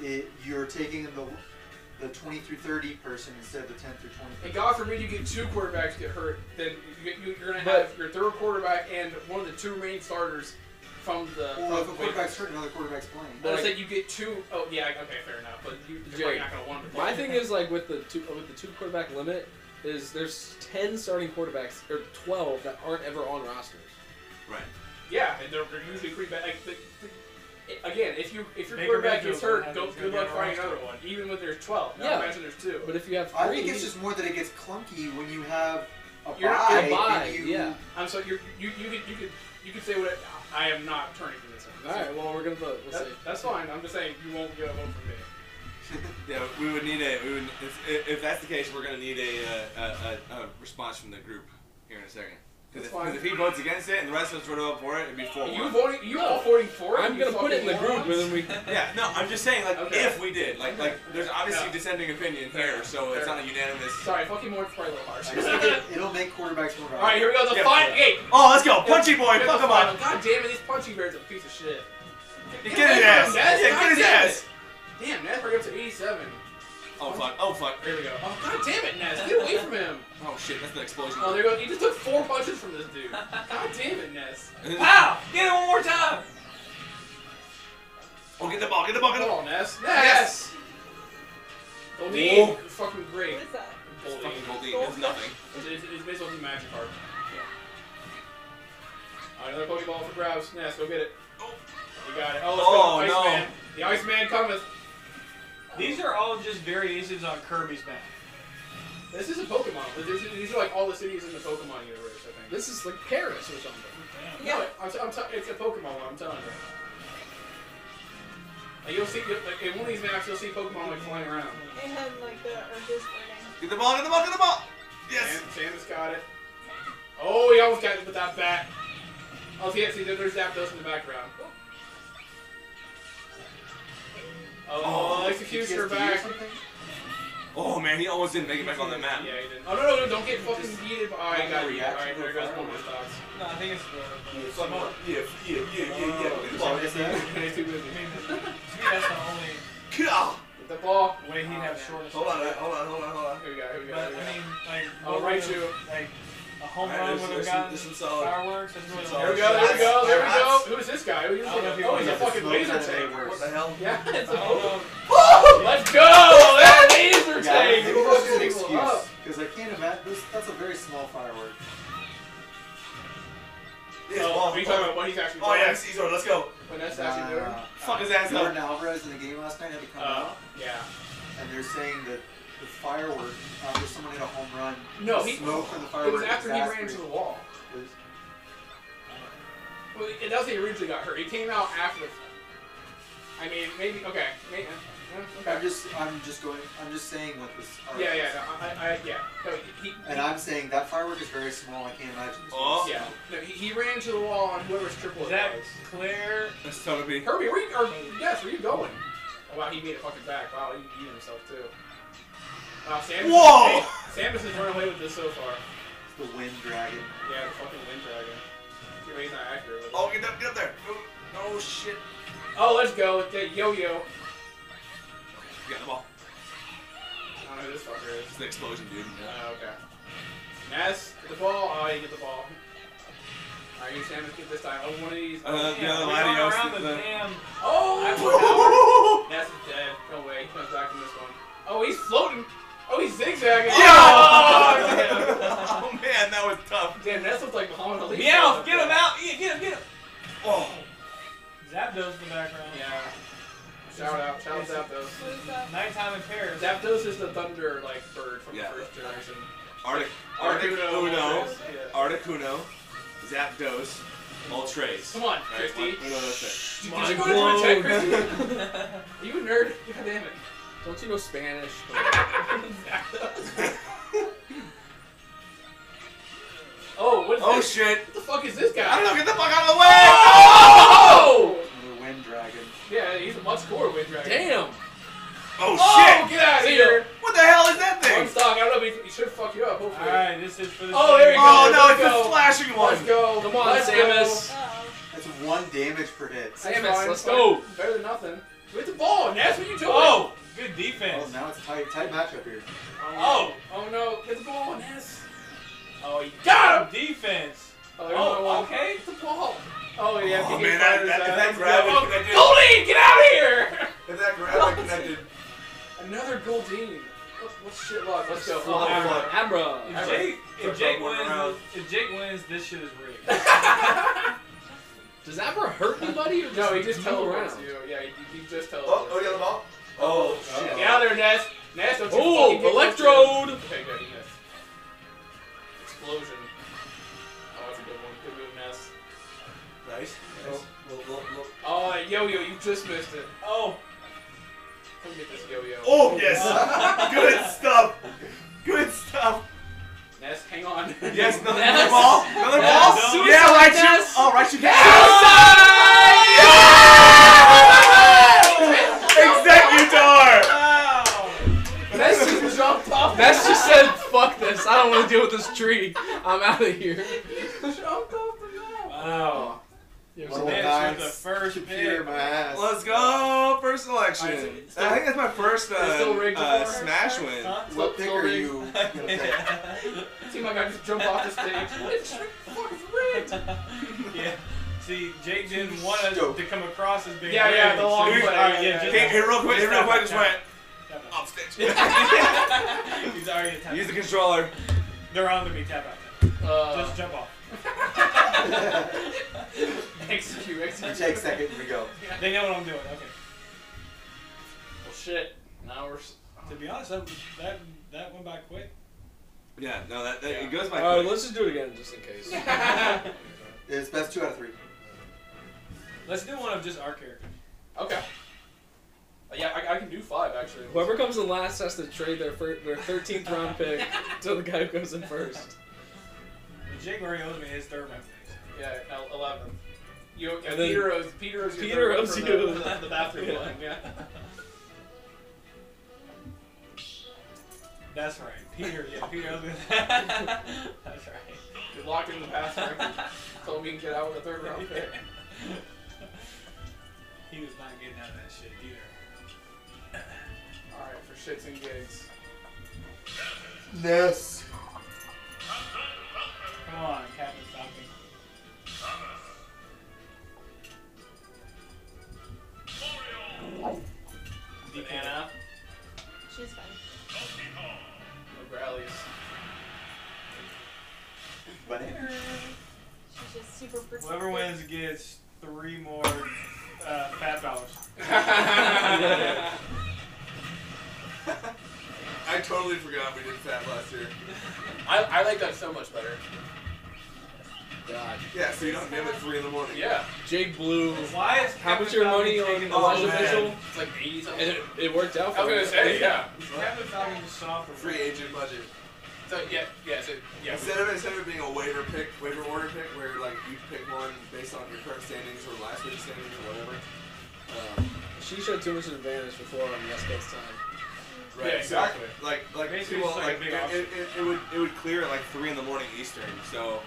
S2: it, you're taking the the 20 through 30 person instead of the 10 through 20.
S4: And God forbid you get two quarterbacks get hurt, then you, you, you're gonna
S9: But-
S4: have your third quarterback and one of the two main starters from the. from
S2: Or if a
S4: the
S2: quarterback's
S4: waivers.
S2: hurt, another quarterback's playing.
S4: But I
S9: Like-
S4: said you get two oh yeah, okay, fair enough. But you, you're probably
S9: Jerry,
S4: not gonna want to.
S9: My thing is like with the two with the two quarterback limit is there's ten starting quarterbacks or twelve that aren't ever on rosters.
S6: Right.
S4: yeah, and they're, they're usually pretty bad. Like, the, the, again, if you if your
S8: Baker
S4: quarterback gets
S8: Mayfield's
S4: hurt,
S8: not
S4: go,
S8: gonna
S4: good
S8: be
S4: luck
S8: on
S4: finding
S8: roster.
S4: another one. Even when there's twelve, now
S9: Yeah.
S4: imagine there's two.
S9: But if you have three,
S2: I think it's just more that it gets clunky when you have a
S4: You're-
S2: bye.
S9: a bye,
S2: and you, [LAUGHS]
S9: yeah.
S4: I'm so you're, you you could you could you could say what I, I am not turning to this
S9: all
S4: one.
S9: right. Well, we're gonna vote. We'll
S4: That-
S9: see.
S4: that's fine. I'm just saying you won't get a vote from me.
S6: Yeah, we would need a. We would, if, if- if that's the case, we're gonna need a a, a, a, a response from the group here in a second.
S4: That's
S6: Because if,
S4: fine.
S6: 'cause if he votes against it and the rest of us were to vote for it, it'd be four
S4: You
S6: one.
S4: voting? You all voting for it?
S9: I'm
S4: you
S9: gonna put it in the
S4: fucking
S9: group, and
S4: morons?
S9: then we. [LAUGHS]
S6: Yeah, no, I'm just saying, like,
S4: Okay.
S6: if we did, like, like, there's obviously
S4: Yeah.
S6: dissenting opinion here, so it's not a unanimous.
S4: Sorry, fucking more probably a little
S2: [LAUGHS]
S4: harsh.
S2: I just think it, it'll make quarterbacks more
S4: all right,
S2: valuable.
S4: here we go. The
S6: Yeah.
S4: final. Hey,
S6: Oh, let's go, punchy boy,
S4: here's
S6: fuck
S4: the
S6: him
S4: final.
S6: up.
S4: God damn it, this punching bear's a piece of shit.
S6: Get his
S4: Ness,
S6: ass. Yeah, get his
S4: goddamn it.
S6: ass.
S4: Damn, Ness, we're up to 87.
S6: Oh fuck! Oh fuck!
S4: Here we go. Oh, God damn it, Ness, get away from him.
S6: Oh shit! That's the explosion.
S4: Oh, there you go. He just took four punches from this dude. God damn it, Ness.
S6: Wow! Get it one more time! Oh, get the ball, get the ball, get the
S4: Come
S6: ball!
S4: on, Ness.
S6: Yes.
S4: Ness! Don't be
S6: Whoa.
S4: fucking
S7: What
S4: great.
S7: is that?
S6: It's
S4: Bully.
S6: fucking gold It's nothing.
S4: It's, it's, it's based on the magic card. Alright, another Pokeball for grabs. Ness, go get it. You got it. Oh, let's
S6: Oh,
S4: go.
S6: no.
S4: Iceman. The Iceman cometh.
S8: these are all just variations on Kirby's map.
S4: This is a Pokemon. but This is, these are like all the cities in the Pokemon universe, I think.
S9: This is like Paris or something.
S4: No, I'm, t- I'm t- it's a Pokemon one, I'm telling you. Like, you'll see, you'll, like, in one of these maps, you'll see Pokemon like flying around.
S7: It had like the earth's burning.
S6: Get the ball, get the ball, get the ball! Yes!
S4: Sam, Sam has got it. Oh, he almost got it with that bat. Oh, see, see, there's Zapdos in the background. Oh, Executioner
S2: PTSD or
S4: back.
S2: something?
S6: Oh man, he almost didn't make it back on the map.
S4: Yeah, he didn't. Oh, no, no, no, don't get fucking heated. Oh, I got you.
S2: Reaction
S4: Alright, there
S2: to a
S4: goes one more
S2: firework.
S4: stocks.
S8: No, I think it's the, the smoke.
S6: yeah, yeah, yeah, yeah, yeah. Get the
S2: Is that
S6: ball,
S2: what it said?
S4: He's too busy.
S8: I mean, to me, that's the only
S6: get the ball.
S4: With the ball.
S8: way he'd have shortest.
S6: Hold on, hold on, hold on, hold on.
S4: Here we go, here we
S8: But
S4: go.
S8: I
S4: here we go.
S8: mean, like,
S4: Oh,
S8: what
S4: right,
S8: would-
S4: you.
S8: Like a home
S6: Alright,
S8: run
S6: there's-
S8: would
S6: there's some-
S8: have gotten
S6: there's some solid-
S8: fireworks. That's really
S6: solid
S4: There we go,
S6: shots.
S4: there we go, there we go.
S6: Shots.
S4: Who is this guy? Who is
S8: Oh, I don't know if
S4: this?
S8: he
S4: Oh, he's a
S8: wants
S4: fucking
S2: Smoke
S4: laser
S2: got way
S4: tag.
S2: worse.
S6: What the hell?
S4: Yeah, it's
S8: I don't
S4: a
S8: know.
S4: Let's go! That laser
S2: Yeah,
S4: tag!
S2: maybe that's just an
S4: Fucking people up.
S2: excuse. Because I can't imagine. This, that's a very small firework.
S6: Yes,
S4: Oh,
S6: ball.
S4: are you talking about what he's actually
S6: Oh
S4: doing?
S6: yeah, Caesar, let's go.
S4: When that's actually doing?
S2: Uh,
S6: Fuck his ass
S2: Jordan
S6: up.
S2: Alvarez in the game last night had to come
S4: Uh,
S2: out,
S4: yeah.
S2: and they're saying that the firework after someone hit a home run,
S4: No,
S2: the
S4: he-
S2: smoke from the
S4: It
S2: firework.
S4: was after he ran into
S2: exasperated-
S4: the wall.
S2: was-
S4: Well, it doesn't originally got hurt. He came out after. the- I mean, maybe okay. Maybe,
S2: I'm
S4: okay.
S2: just, I'm just going, I'm just saying what this. article
S4: Yeah,
S2: said.
S4: yeah, no, I, I, yeah. No, he,
S2: And I'm saying that firework is very small. I can't imagine. this
S6: Oh.
S2: being
S4: yeah. No, he, he ran to the wall on whoever's triple
S8: Is
S4: it
S8: that
S4: was.
S8: clear?
S6: That's Toby.
S4: Kirby, where you? Or, yes, where you going? Oh, wow, he made it fucking back. Wow, he beat himself too. Wow, Samus.
S6: Whoa!
S4: Samus has run away with this so far.
S2: small. The wind dragon.
S4: Yeah, the fucking wind dragon. Too bad He's not accurate. With it.
S6: Oh, get up, get up there. Oh, no shit.
S4: Oh, let's go with the yo-yo.
S6: You got the ball.
S4: I don't know who this fucker is.
S6: It's the explosion, dude.
S4: Oh, okay. Ness, get the ball. Oh, you get the ball. Alright, you Samus get this time. Oh, one of these.
S6: Uh,
S8: Yeah,
S6: the other
S8: we
S6: lady
S8: got
S6: goes
S8: around
S6: to
S8: the damn.
S6: [LAUGHS]
S4: Oh! Ness is dead. No way. He comes back from this one. Oh, he's floating. Oh, he's zigzagging. Oh, damn.
S6: Oh man, that was tough.
S4: Damn, Ness looks like Muhammad Ali.
S8: Meowth,
S4: get him
S8: out! Yeah, get him, get him!
S6: Oh,
S8: Zapdos in the background.
S4: Yeah. Shout out, shout out Zapdos.
S7: Who's up?
S8: Nighttime in Paris.
S4: Zapdos is the thunder like bird from
S6: Yeah.
S4: the first generation.
S6: Arctic, Arctic Uno,
S4: Yeah.
S6: Arctic Uno, Zapdos, Moltres.
S4: Come on,
S6: Alright,
S4: Christy.
S6: one- no, no, that's
S4: Did
S9: Mind
S4: you go to my tech, [LAUGHS] Christy?
S9: blown.
S4: You a nerd? God damn it.
S9: Don't you know Spanish?
S4: Oh, what is
S6: Oh
S4: this?
S6: shit!
S4: What the fuck is this guy?
S6: I don't know. Get the fuck out of the way!
S4: Oh!
S2: The wind dragon.
S4: Yeah, he's a much cooler wind dragon.
S9: Damn.
S6: Oh,
S4: Oh,
S6: shit!
S4: get out of
S9: See
S4: here!
S6: What the hell is
S4: One
S6: that thing?
S4: stock. I don't know, but he- he should fuck you up, hopefully.
S8: Alright, this is for the
S4: Oh, there you
S6: Oh
S4: go,
S6: no,
S4: let's
S6: it's the
S4: go.
S6: flashing one.
S4: Let's go.
S9: Come on,
S4: Let's
S9: Samus.
S7: Oh.
S2: It's one damage per hit.
S4: Go.
S9: Samus,
S4: That's fine,
S9: let's
S4: fine.
S9: go.
S4: Better than nothing. With the ball, and that's what you do.
S8: Oh! Good
S2: Well,
S8: defense.
S2: now it's tight, tight matchup here.
S4: Oh! Oh no, get the ball, Ness. Oh, you got him!
S8: Defense.
S4: Oh, there's another
S8: Oh,
S4: one.
S8: okay.
S4: Get the ball. Oh, yeah,
S6: Oh,
S4: he
S6: man,
S4: fired
S6: that-
S4: his
S6: that-
S4: ass.
S6: that grab was
S4: Oh,
S6: connected.
S4: Goldie, get out of here!
S6: If that grab connected,
S4: Another Goldine. What, what shit luck? Let's go.
S6: Flop,
S4: Oh,
S6: flop.
S8: If
S9: Abra.
S4: Alright.
S6: Jay-
S8: Jake,
S6: Flip
S8: if Jake
S6: that one
S8: wins,
S6: around.
S8: if Jake wins, this shit is rigged.
S9: Does Abra hurt anybody or just
S4: No, he just
S9: move
S4: teleports
S9: around?
S4: you. Yeah, he, he just teleports.
S6: oh, oh, the other ball. Oh shit!
S4: Get out of there, Ness. Ness, don't you fucking
S9: Oh,
S4: get
S9: Electrode.
S4: Okay, good, he missed. Explosion. Oh, that's a good one. Good move, Ness.
S6: Nice. nice. Well, well, well.
S4: Oh, that yo-yo, you just missed it.
S8: Oh,
S4: Come get this yo-yo.
S6: Oh yes! Good stuff. Good stuff.
S4: Ness, hang [LAUGHS] on.
S6: Yes, another
S9: Yes.
S6: ball. Another
S9: Yes.
S6: ball.
S9: Suicide
S6: yeah, right you.
S9: yes.
S6: Oh, right you. Executor.
S8: wow.
S4: Ness just jumped off.
S9: That's just said, fuck this. I don't want to deal with this tree. I'm out of here.
S4: jumped off the map.
S8: Wow.
S2: Well,
S8: This
S2: nice.
S8: was the first
S2: Computer
S8: pick.
S2: in my ass.
S6: Let's go. First selection.
S4: Alright, so
S6: I think
S4: it's still-
S6: that's my first uh,
S4: it's still rigged
S6: uh,
S4: before.
S6: smash win.
S8: Huh?
S2: What pick are
S4: Sorry.
S2: you gonna take?
S4: [LAUGHS] Seemed like I just jumped off the stage. What is fucking rigged?
S8: yeah. See, Jake didn't want us
S2: Dope.
S8: to come across as being.
S4: Oh, Yeah, yeah,
S8: rigged,
S4: the long
S8: so-
S4: way,
S8: Alright,
S4: yeah,
S8: yeah,
S6: Hey, hey, real quick. Hey, real quick. Just went
S8: Tap out.
S6: off stage.
S4: [LAUGHS]
S8: He's already tapped.
S6: Use the controller.
S8: They're on to me. Tap out.
S4: Uh,
S8: Just jump off.
S4: execute,
S2: You
S4: execute.
S2: take second, we go.
S8: They know what I'm doing. Okay.
S4: Well, shit. Now we're. s-
S8: To be honest, that that, that went by [LAUGHS] quick.
S6: Yeah. No, that, that
S4: Yeah.
S6: it goes by.
S9: Uh,
S6: quick.
S9: let's just do it again just in case.
S2: It's best two out of three.
S8: Let's do one of just our characters.
S4: Okay. Uh, yeah, I, I can do five actually.
S9: Whoever comes in last has to trade their fir- their 13th round pick to the guy who goes in first.
S8: Jake already owes me his third round. pick.
S4: Yeah, el- eleven. You, yeah,
S9: And then-
S4: Peter owes Peter owes your
S9: Peter
S4: third one
S9: owes
S4: from
S9: you.
S4: the, [LAUGHS] the, the bathroom
S9: Yeah.
S4: one. Yeah.
S8: That's right. Peter, yeah, Peter owes me [LAUGHS] that. That's right.
S4: You're locked in the bathroom. Told me to get out with a third round pick.
S8: [LAUGHS] He was not getting out of that shit either.
S4: All right, for shits and gigs.
S2: Yes.
S8: Come on, Captain Falcon.
S4: Banana.
S7: She's fine.
S4: No growlies.
S2: Banana.
S7: She's just super protective.
S8: Whoever wins gets three more uh,
S9: [LAUGHS]
S8: fat dollars.
S6: I totally forgot we did that last year.
S4: I, I like that so much better.
S9: God.
S6: Yeah, so you don't name it three in the morning.
S4: Yeah.
S9: Jake Blue.
S8: Why is
S9: How
S8: Captain
S9: much your
S8: Falcon
S9: money on
S8: taking
S6: Oh,
S8: the
S9: Elijah
S6: man.
S9: Mitchell?
S4: It's like 80
S9: And
S4: something.
S9: it, it worked out for
S4: I was
S9: him.
S4: gonna say, yeah.
S8: Captain Falcon is soft.
S6: Free agent budget.
S4: So, yeah, yeah, so, yeah. we-
S6: Instead of instead of it being a waiver pick, waiver order pick, where like you pick one based on your current standings or last week's standings or whatever. Um,
S9: She showed too much advantage before on West Coast time.
S6: right.
S4: Yeah, exactly.
S6: so, Like like
S8: Basically,
S6: people
S8: it's
S6: like,
S8: like a big
S6: it,
S8: option.
S6: it, it, it would it would clear at like three in the morning Eastern. So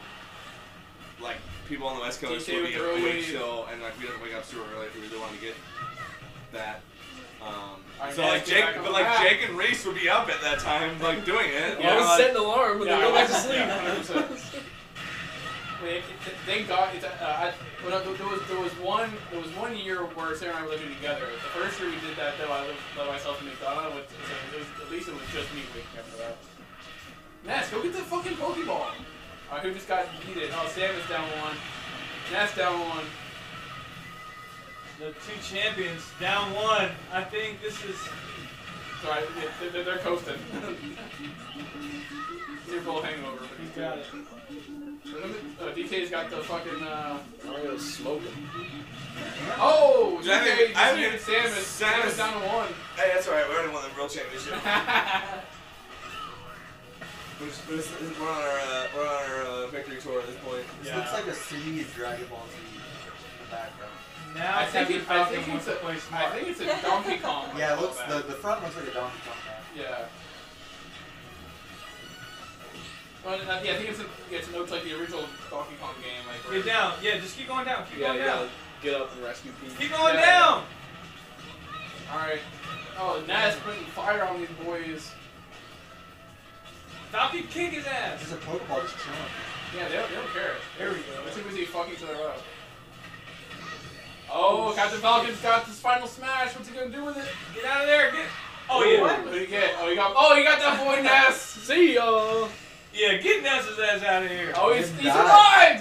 S6: like people on the West Coast
S4: DC
S6: would be
S4: would really-
S6: awake still, and like we don't wake up super early if we really wanted to get that. Um,
S4: I
S6: so
S4: guess
S6: like
S4: get
S6: Jake,
S4: back on
S6: but like
S4: track.
S6: Jake and Reese would be up at that time, like doing it.
S9: I
S4: Yeah,
S9: was
S6: like,
S9: setting an alarm and
S4: Yeah,
S9: then go back to
S4: I-
S9: sleep.
S4: yeah, [LAUGHS] 100%. Wait, it- it- Thank God. It's, uh, I, when I, there was there was one there was one year where Sarah and I were living together. The first year we did that, though, I lived by myself in McDonald's. With, so it was, at least it was just me waking up for that. Ness, go get the fucking Pokeball. All right, who just got yeeted? Oh, Sam is down one. Ness down one.
S8: the two champions down one. I think this is
S4: Sorry, they're, they're coasting. Super Bowl hangover. But he's
S8: you got it.
S4: Uh, DK's got the fucking. Uh...
S9: Mario's smoking.
S4: Oh, DK
S6: Dude, I haven't-
S4: just
S6: I haven't
S4: needed
S6: even-
S4: Samus.
S6: Samus-
S4: Samus down to one. [LAUGHS]
S6: Hey, that's alright. We already won the world championship. we're, just, we're, just, we're on our uh, we're on our uh, victory tour at this point.
S2: This
S8: Yeah.
S2: looks like a series Dragon Ball Z in the background.
S8: Now
S4: I think,
S8: Captain
S4: it, I,
S8: Falcon
S4: think
S8: wants
S4: it's
S8: to
S4: a,
S8: play
S4: I
S8: smart.
S4: think it's a Donkey Kong.
S2: Yeah, it
S4: like
S2: looks
S4: that.
S2: the, the front looks like a Donkey Kong map.
S4: Yeah. Well, uh, yeah, I think it's a, yeah, it's a note like the original Donkey Kong game. Like, where-
S8: Get down. Yeah, just keep going down. Keep
S9: Yeah,
S8: going
S9: you
S8: down.
S9: gotta get up and rescue Pete.
S8: Keep going
S4: Yeah.
S8: down.
S4: all right. Oh, Naz putting fire on these boys.
S8: Falcon kick his
S2: There's
S8: ass.
S2: a Pokeball just chilling.
S4: Yeah, they don't, they don't care.
S8: There we
S4: They're
S8: go.
S4: too busy fucking each other up. Oh, Captain Falcon's got this final smash. What's he gonna do with it?
S8: Get out of there. Get. Oh yeah.
S4: What did he get? Oh, he got. Oh, he got that boy Ness.
S9: See ya!
S8: Yeah, get Nessa's ass out of here.
S4: Oh, he's, he
S2: Nice.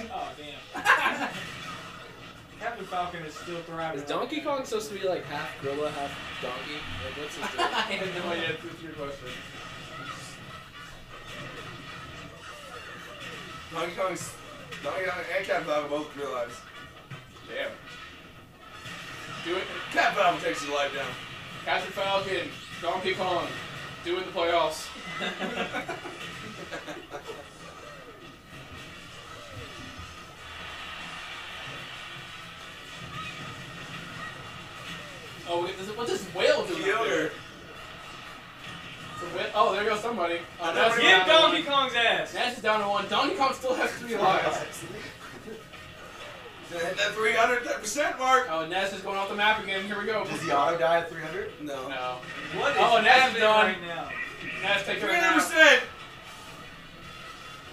S4: survived.
S8: Oh, damn. [LAUGHS] Captain Falcon is still thriving.
S9: Is Donkey Kong supposed to be like half gorilla, half donkey? Like, what's his deal?
S4: I have no idea. That's your question.
S6: Donkey Kong's Donkey Kong and Cat Falcon both realize. Damn.
S4: Do it,
S6: Cat Falcon takes his life down.
S4: Captain Falcon, Donkey Kong, [LAUGHS] do it in the playoffs. Oh, wait, this, what's this whale doing? up there?
S6: Yoder.
S4: It's a whale- Oh, there goes somebody. Oh, Nash is
S8: Get
S4: down to
S8: Donkey Kong's ass.
S4: one. Nash is down to one. Donkey Kong still has three lives.
S6: Hit that 300 percent mark.
S4: Oh, Nash is going off the map again. Here we go.
S2: [LAUGHS] Does he auto die at 300?
S6: No.
S4: No.
S8: What is
S4: Oh, Nessa's
S8: happening
S4: done.
S8: right now?
S4: Nash taking a
S6: 300
S4: nap.
S6: percent.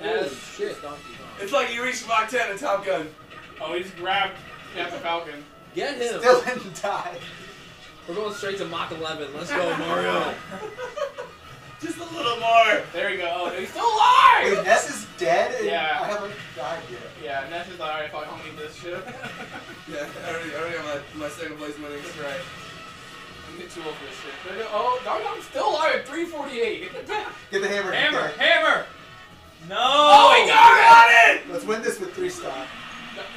S9: Holy
S4: Nash.
S9: shit, Donkey Kong.
S6: It's like you reached Mach 10 in Top Gun.
S4: Oh, he just grabbed
S8: [LAUGHS]
S4: Captain Falcon.
S9: Get him!
S2: Still didn't die.
S9: We're going straight to Mach 11. Let's [LAUGHS] go, Mario!
S6: Just a little more.
S4: There we go. Oh, he's still alive!
S2: Wait, Ness is dead? And
S4: Yeah.
S2: I haven't died yet.
S4: Yeah, and that's just like, alright, fuck, I don't need this shit. [LAUGHS]
S6: Yeah, I already, I already got my, my second place winnings.
S4: That's right. I'm getting too old for this shit. But, uh, oh, Donkey Kong's still alive at 348.
S2: Get the hammer.
S8: Hammer,
S2: Okay.
S8: hammer. No.
S4: oh, he got it!
S2: Let's win this with three stop.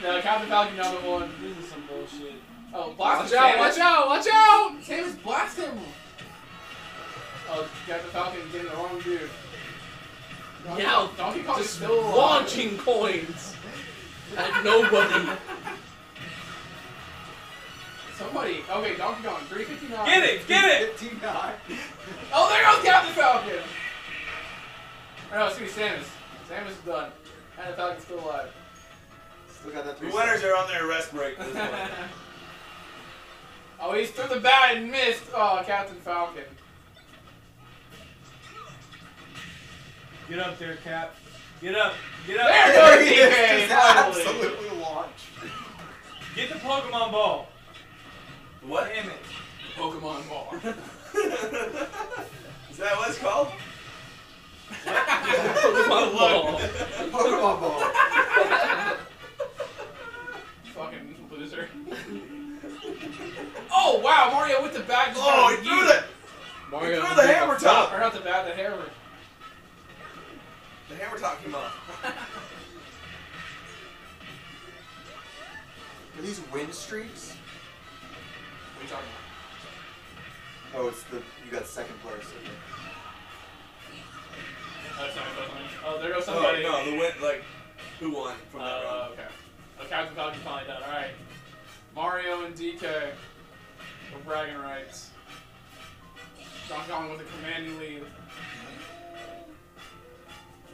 S4: No, no, Captain Falcon down at one.
S8: This is some bullshit.
S4: Oh, blast
S9: Watch out,
S4: Samus.
S9: watch
S4: out, watch out! Samus blast him! Oh, Captain Falcon getting the wrong dude. Donkey-
S9: Now,
S4: Donkey Kong is
S9: Just
S4: still alive.
S9: launching coins at nobody. [LAUGHS]
S4: Somebody, okay, Donkey Kong, 359.
S8: Get it, get it.
S2: 15 9.
S4: Oh, there goes Captain Falcon! Or no, excuse me, Samus. Samus is done. Captain Falcon's still alive.
S2: Still got that
S6: The
S2: three
S6: winners
S2: stop.
S6: are on their rest break at this point.
S8: [LAUGHS]
S4: oh, he's through the bat and missed. Oh, Captain Falcon.
S8: Get up there, Cap. Get up. Get up.
S4: There!
S2: [LAUGHS] There he is.
S4: Okay,
S2: Just
S4: finally.
S2: absolutely launch.
S8: Get the Pokemon ball.
S6: What?
S8: Damn it.
S4: Pokemon Ball.
S6: [LAUGHS] Is that what it's called?
S9: Pokemon ball.
S2: Pokemon Ball.
S4: Fucking loser. [LAUGHS] oh, wow, Mario with the bat. just
S6: Oh,
S4: got
S6: he threw
S4: yeeted.
S6: the, he
S9: Mario.
S6: threw the hammer
S4: Or
S6: top.
S4: not the bat, the hammer.
S6: The hammer top came off.
S2: Are these win streaks?
S4: What are you talking
S2: Oh, it's the. You got second place. Okay.
S4: about? Oh, sorry, sorry. oh there goes somebody.
S6: Oh, no, the win, like, who won from that
S4: Uh,
S6: round?
S4: okay. Oh, Captain Falcon finally done. All right. Mario and DK. for bragging rights. Donkey Kong with a commanding lead.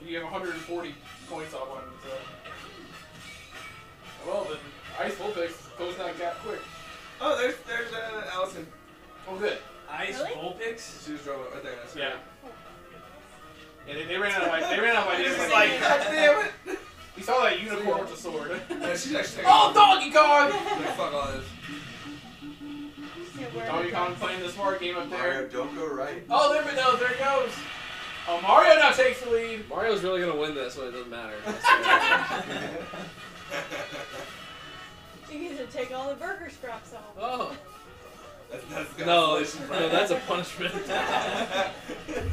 S4: You have 140 points off on him, so. Well, then, Ice Vulpix goes that gap quick.
S6: Oh, there's there's uh, Allison.
S4: Oh, good.
S8: Ice
S7: Really?
S8: Vulpix?
S6: She was driving right there. That's
S4: Yeah. Yeah, they, they ran out of ideas. They ran out of
S6: This
S4: ideas.
S6: is like, God damn it.
S4: we saw that unicorn with the sword.
S6: [LAUGHS] Yeah, she's actually.
S4: [LAUGHS] oh, Donkey Kong!
S6: Like, fuck all this.
S4: Donkey Kong playing the smart game up there.
S2: Mario, don't go right.
S4: Oh, there we go. There it goes. Oh, Mario now takes the lead.
S9: Mario's really gonna win this, [LAUGHS] but it doesn't matter. I swear.
S7: You guys would take all all the burgers drops off.
S10: Oh.
S6: That's, that's
S10: No, it's, no, that's a punishment.
S6: [LAUGHS]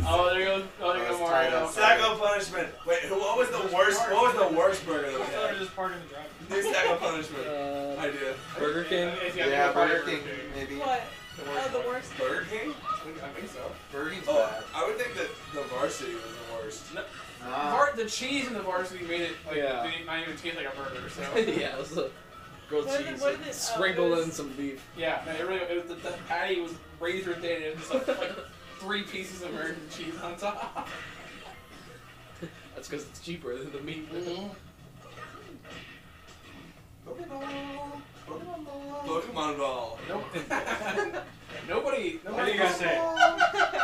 S4: Oh, there goes, oh, there goes Mario.
S6: Sacco punishment. Wait, who, what was the worst? What was the worst burger that we
S8: I
S6: had?
S8: was just parked in the driveway.
S6: New Sacco punishment
S9: [LAUGHS]
S10: [LAUGHS]
S9: Uh,
S6: idea.
S9: Burger King.
S4: It's gotta be
S2: Yeah,
S4: a fire
S2: Burger King, maybe.
S7: What? Oh, the worst. [LAUGHS]
S6: Burger King? I think- I think so.
S2: Burger King's
S6: Oh,
S2: bad.
S6: I would think that the varsity was the worst.
S2: Nah.
S4: Var- the cheese in the varsity made it like
S9: Yeah.
S4: they didn't- not even taste like a burger. [LAUGHS] So
S9: [LAUGHS] yeah, it was a grilled
S7: What is it-
S9: cheese.
S7: what
S9: like,
S7: is it? Oh, it
S9: sprinkled
S7: was-
S9: in some beef.
S4: yeah, man, it really it was, the, the patty was razor thin. and It was just like, like three pieces of American cheese on top. [LAUGHS]
S9: That's because it's cheaper than the
S10: [LAUGHS]
S9: meat.
S2: Pokeball. Pokeball.
S6: Pokemon Ball.
S4: Nope. [LAUGHS] nobody.
S8: What do
S4: Nobody.
S8: you guys say?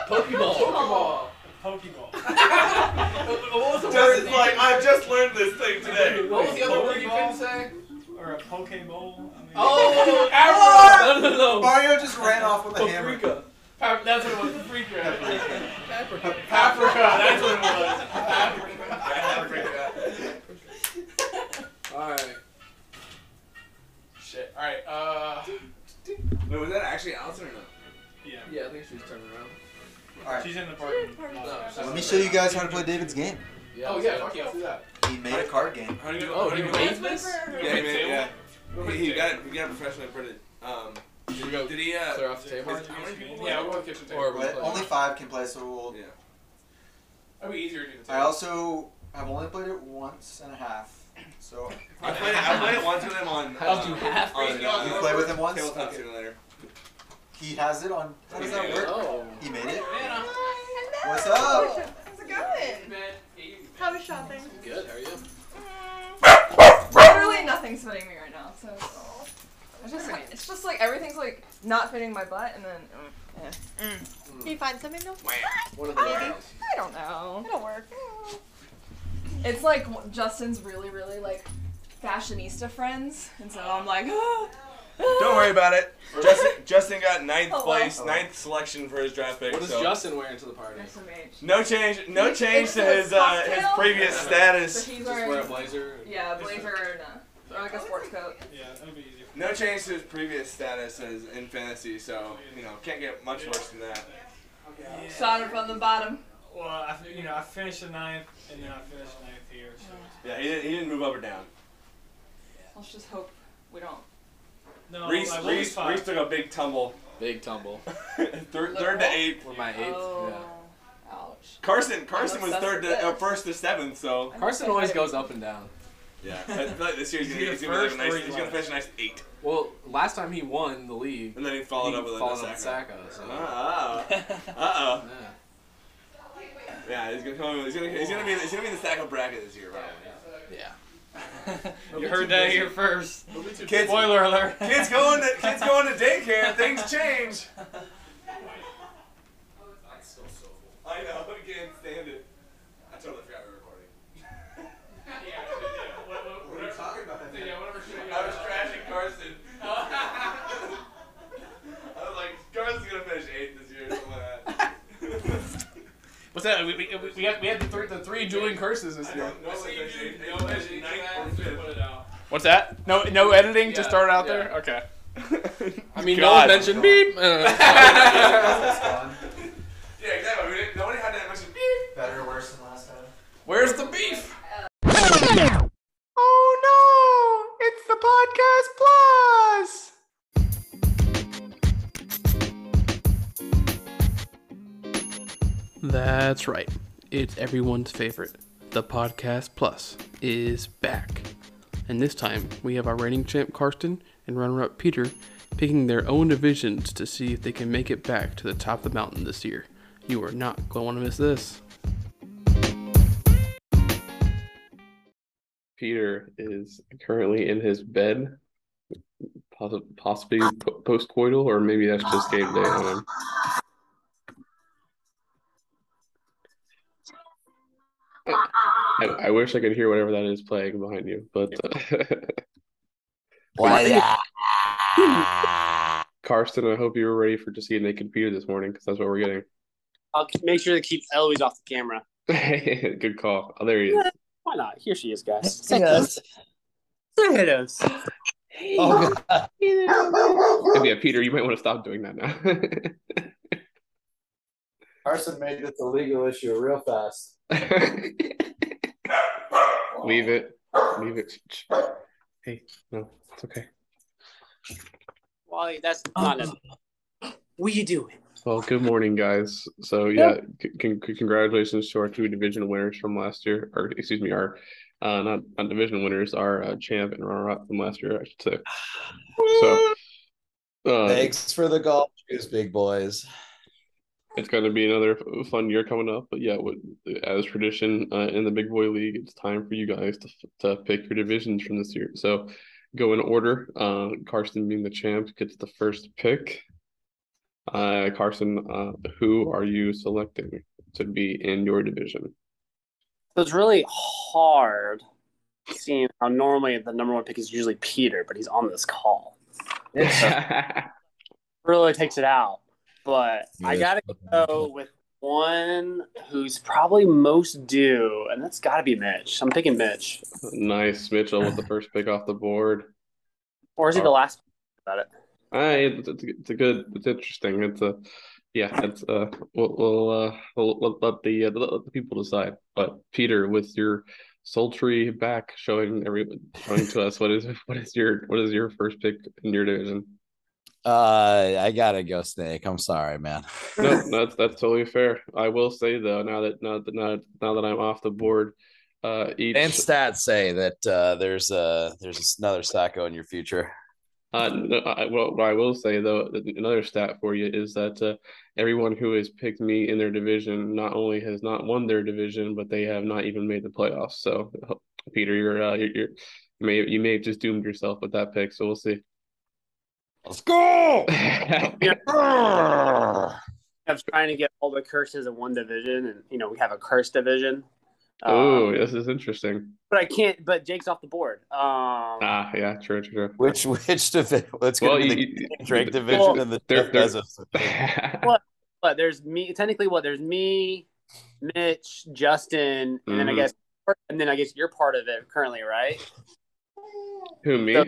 S9: Pokeball.
S4: Pokeball.
S8: [LAUGHS] Pokeball.
S4: what was the word?
S6: Just
S4: that you
S6: like
S4: couldn't-
S6: I just learned this thing today.
S4: [LAUGHS] what was the other word you
S8: Pokeball?
S4: couldn't say?
S8: or a Pokeball. I mean,
S4: Oh, [LAUGHS] Abra!
S9: No, no, [LAUGHS] no.
S2: Mario just ran off with a hammer.
S9: Paprika.
S4: Pap- That's what it was. Paprika.
S9: Paprika.
S4: Paprika. That's what it was. Paprika.
S9: All right.
S4: Shit. All right. Uh.
S6: Wait, was that actually Allison or no?
S8: Yeah.
S9: Yeah, I think she was turning around.
S8: She's in the
S7: You're
S8: Oh, parking
S7: in parking
S8: lot.
S7: lot.
S2: Let me show you guys how to play David's game.
S4: Oh yeah. Fuck yeah. Let's do that.
S2: He made a card game.
S6: How do you?
S9: Oh,
S6: how do
S9: you
S6: you
S9: made-
S7: Let's wait
S9: this?
S7: for her.
S6: Yeah, he made, yeah.
S4: We'll
S6: He, he
S4: take
S6: got
S4: it.
S6: it. He got it professionally printed. Um,
S9: Should we go
S6: did he? Uh,
S9: clear off the table?
S6: is, how many people?
S4: Yeah, we'll go to the kitchen table.
S9: Or-
S2: But only five can play, so we'll.
S6: Yeah.
S4: That'd be easier to do the table.
S2: I also have only played it once and a half. So
S6: I played it. I played it once with him on.
S9: How
S6: uh,
S9: do you half?
S6: on, uh,
S2: you play with him once.
S6: Tabletop
S2: Okay.
S6: Simulator.
S2: He has it on. How does that work?
S9: Oh.
S2: He made it.
S4: Man, I'm
S7: Hello.
S2: What's up?
S7: How's it going?
S4: mad. Hey,
S7: How was shopping?
S9: Good. How are you?
S11: Eh. Literally nothing's fitting me right now, so it's just like it's just like everything's like not fitting my butt, and then mm, eh.
S7: Can you find something new?
S9: One of the
S7: Maybe.
S9: guys.
S11: I don't know.
S7: It'll work.
S11: It's like w- Justin's really really like fashionista friends, and so I'm like, "Ah,
S6: Don't worry about [LAUGHS] it. Justin, Justin got ninth
S11: Oh, wow.
S6: place, ninth selection for his draft pick.
S9: What is
S6: so.
S9: Justin wearing to the party?
S11: SMH.
S6: No change. No
S11: It's-
S6: change
S11: it's
S6: to
S11: a
S6: his uh, his
S11: cocktail.
S6: previous
S9: Yeah.
S11: So
S6: status.
S11: he's
S9: Just wear a
S11: wearing
S9: blazer. and-
S11: yeah blazer and a, or like a sports coat.
S8: Yeah, that'd be easier.
S6: No change to his previous status as in fantasy. So you know can't get much worse than that.
S11: Shot it from the bottom.
S8: Well, I, fi- you know, I finished the ninth, and then I finished ninth here. So.
S6: Yeah, he didn't, he didn't move up or down.
S11: Let's just hope we don't.
S8: No,
S6: Reese,
S8: like, what was
S6: Reese,
S8: five?
S6: Reese took a big tumble. [LAUGHS]
S9: Big tumble.
S6: third, third to eighth.
S9: We're my eighth.
S11: Oh, ouch.
S6: Carson Carson
S11: I'm
S6: was third to
S11: obsessed
S6: uh,
S11: with it.
S6: first to seventh. So
S9: Yeah. Carson always goes up and down.
S6: yeah, I feel like this year's gonna,
S9: He's
S6: he's
S9: either
S6: gonna, be like
S9: first
S6: a nice,
S9: or
S6: he's
S9: he's
S6: gonna
S9: last.
S6: finish a nice eight,
S9: Well, last time he won the league,
S6: and then he followed
S9: he
S6: up with
S9: followed
S6: a
S9: up with
S6: sack.
S9: Saka. Ah. So.
S6: Uh oh.
S9: Yeah.
S6: Yeah, he's gonna come. in- He's gonna. He's gonna be. He's gonna be in the Sacco bracket this year, probably.
S9: Yeah.
S8: You heard that here first.
S6: Kids,
S8: Spoiler alert.
S6: kids going to kids going to daycare. Things change. I know. I can't stand it. I totally forgot we were recording.
S4: yeah, yeah, what- what-
S2: What are you
S4: whatever-
S2: talking about?
S4: yeah, whatever show you
S6: I was
S4: are.
S6: trashing Carson. I was like, Carson's gonna finish eighth this year. Something like that.
S4: What's that? We, we, we, we had, we had the, three, the three dueling curses this
S6: I
S4: year.
S6: don't know if it's eighth, it's ninth or fifth.
S4: What's that? No no editing, just
S9: Yeah,
S4: throw it out
S9: yeah.
S4: there? Okay.
S9: I mean,
S4: God.
S9: no one mentioned beep. Uh.
S2: How's this gone?
S6: Yeah, exactly. We didn't, nobody had that much.
S2: Better or worse than last time?
S9: Where's the beef?
S1: That's right. It's everyone's favorite. The Podcast Plus is back. And this time, we have our reigning champ Karsten and runner up Peter picking their own divisions to see if they can make it back to the top of the mountain this year. You are not going to want to miss this. Peter is currently in his bed, possibly post coital, or maybe that's just game day on him. I, I wish I could hear whatever that is playing behind you, but uh, [LAUGHS] Karsten, I hope you were ready for to see naked Peter this morning because that's what we're getting.
S10: I'll k- make sure to keep Eloise off the camera.
S1: [LAUGHS] Good call. Oh, there he is.
S10: Why not? Here she is, guys. Say hello. Say hellos.
S1: Oh, God. And yeah, Peter, you might want to stop doing that now. [LAUGHS]
S6: Carson made this a legal issue real fast.
S1: Leave it. Leave it. Hey, no, it's okay.
S5: Wally, that's not it. What are you doing?
S1: Well, good morning, guys. So yeah, c- con- c- congratulations to our two division winners from last year, or excuse me, our uh, not, not division winners, our uh, champ and runner-up from last year, I should say. So uh,
S6: Thanks for the golf shoes, big boys.
S1: it's going to be another f- fun year coming up. But yeah, what, as tradition uh, in the Big Boy League, it's time for you guys to, f- to pick your divisions from this year. So go in order. Uh, Carson being the champ gets the first pick. Uh, Carson, uh, who are you selecting to be in your division?
S5: So it's really hard seeing how normally the number one pick is usually Peter, but he's on this call. really takes it out. But I
S6: Yeah.
S5: gotta go with one who's probably most due, and that's gotta be Mitch. I'm picking Mitch.
S1: Nice, Mitchell with the first pick off the board.
S5: Or is he the last about it?
S1: I, Ah, it's, it's it's a good, it's interesting. It's a, yeah, it's uh, we'll, we'll uh, we'll let, let the uh, let the people decide. But Peter, with your sultry back showing every showing to us, what is [LAUGHS] what is your what is your first pick in your division?
S6: Uh, I gotta go snake. I'm sorry, man.
S1: No, that's that's totally fair. I will say though, now that now that now, now that I'm off the board, uh, each
S6: And stats say that uh, there's a there's another Sacco in your future.
S1: Uh, no, I, well, what I will say though, another stat for you is that uh, everyone who has picked me in their division not only has not won their division, but they have not even made the playoffs. So, Peter, you're uh, you're, you're you may you may have just doomed yourself with that pick. So we'll see. [LAUGHS]
S6: Let's go.
S5: I was trying to get all the curses in one division, and you know we have a curse division. Um,
S1: oh, this is interesting.
S5: But I can't. But Jake's off the board. Um,
S1: Ah, yeah, true, true, true.
S6: Which which division? It's gonna
S1: Well,
S6: be the
S1: you- you-
S6: Drake
S1: there-
S6: division and the
S1: there-
S6: Jeff
S1: there-
S6: Bezos.
S5: what? What? There's me. Technically, what? There's me, Mitch, Justin, and then I
S1: Mhm.
S5: guess, and then I guess you're part of it currently, right?
S1: [LAUGHS] Who me?
S5: So-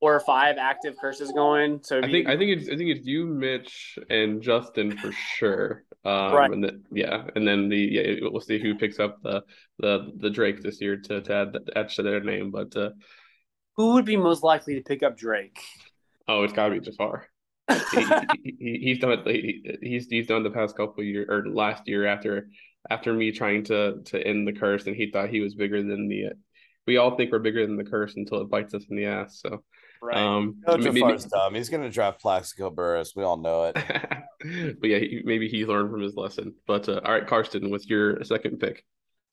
S5: Four or five active curses going. So if
S1: I
S5: you-
S1: think I think it's I think it's you, Mitch, and Justin for sure. Um,
S5: Right.
S1: And then, yeah, and then the yeah, we'll see who picks up the the the Drake this year to, to add add to their name. But uh,
S5: who would be most likely to pick up Drake?
S1: oh, it's got to be Jafar.
S5: [LAUGHS]
S1: he, he, he's done it. He, he's he's done the past couple of year or last year after after me trying to to end the curse, and he thought he was bigger than the. we all think we're bigger than the curse until it bites us in the ass. So
S5: Right.
S1: um,
S6: No,
S1: m- maybe-
S6: Jafar's dumb. He's gonna draft Plaxico Burris. We all know it.
S1: [LAUGHS] but yeah, he, maybe he learned from his lesson. But uh, all right, Karsten, with your second pick.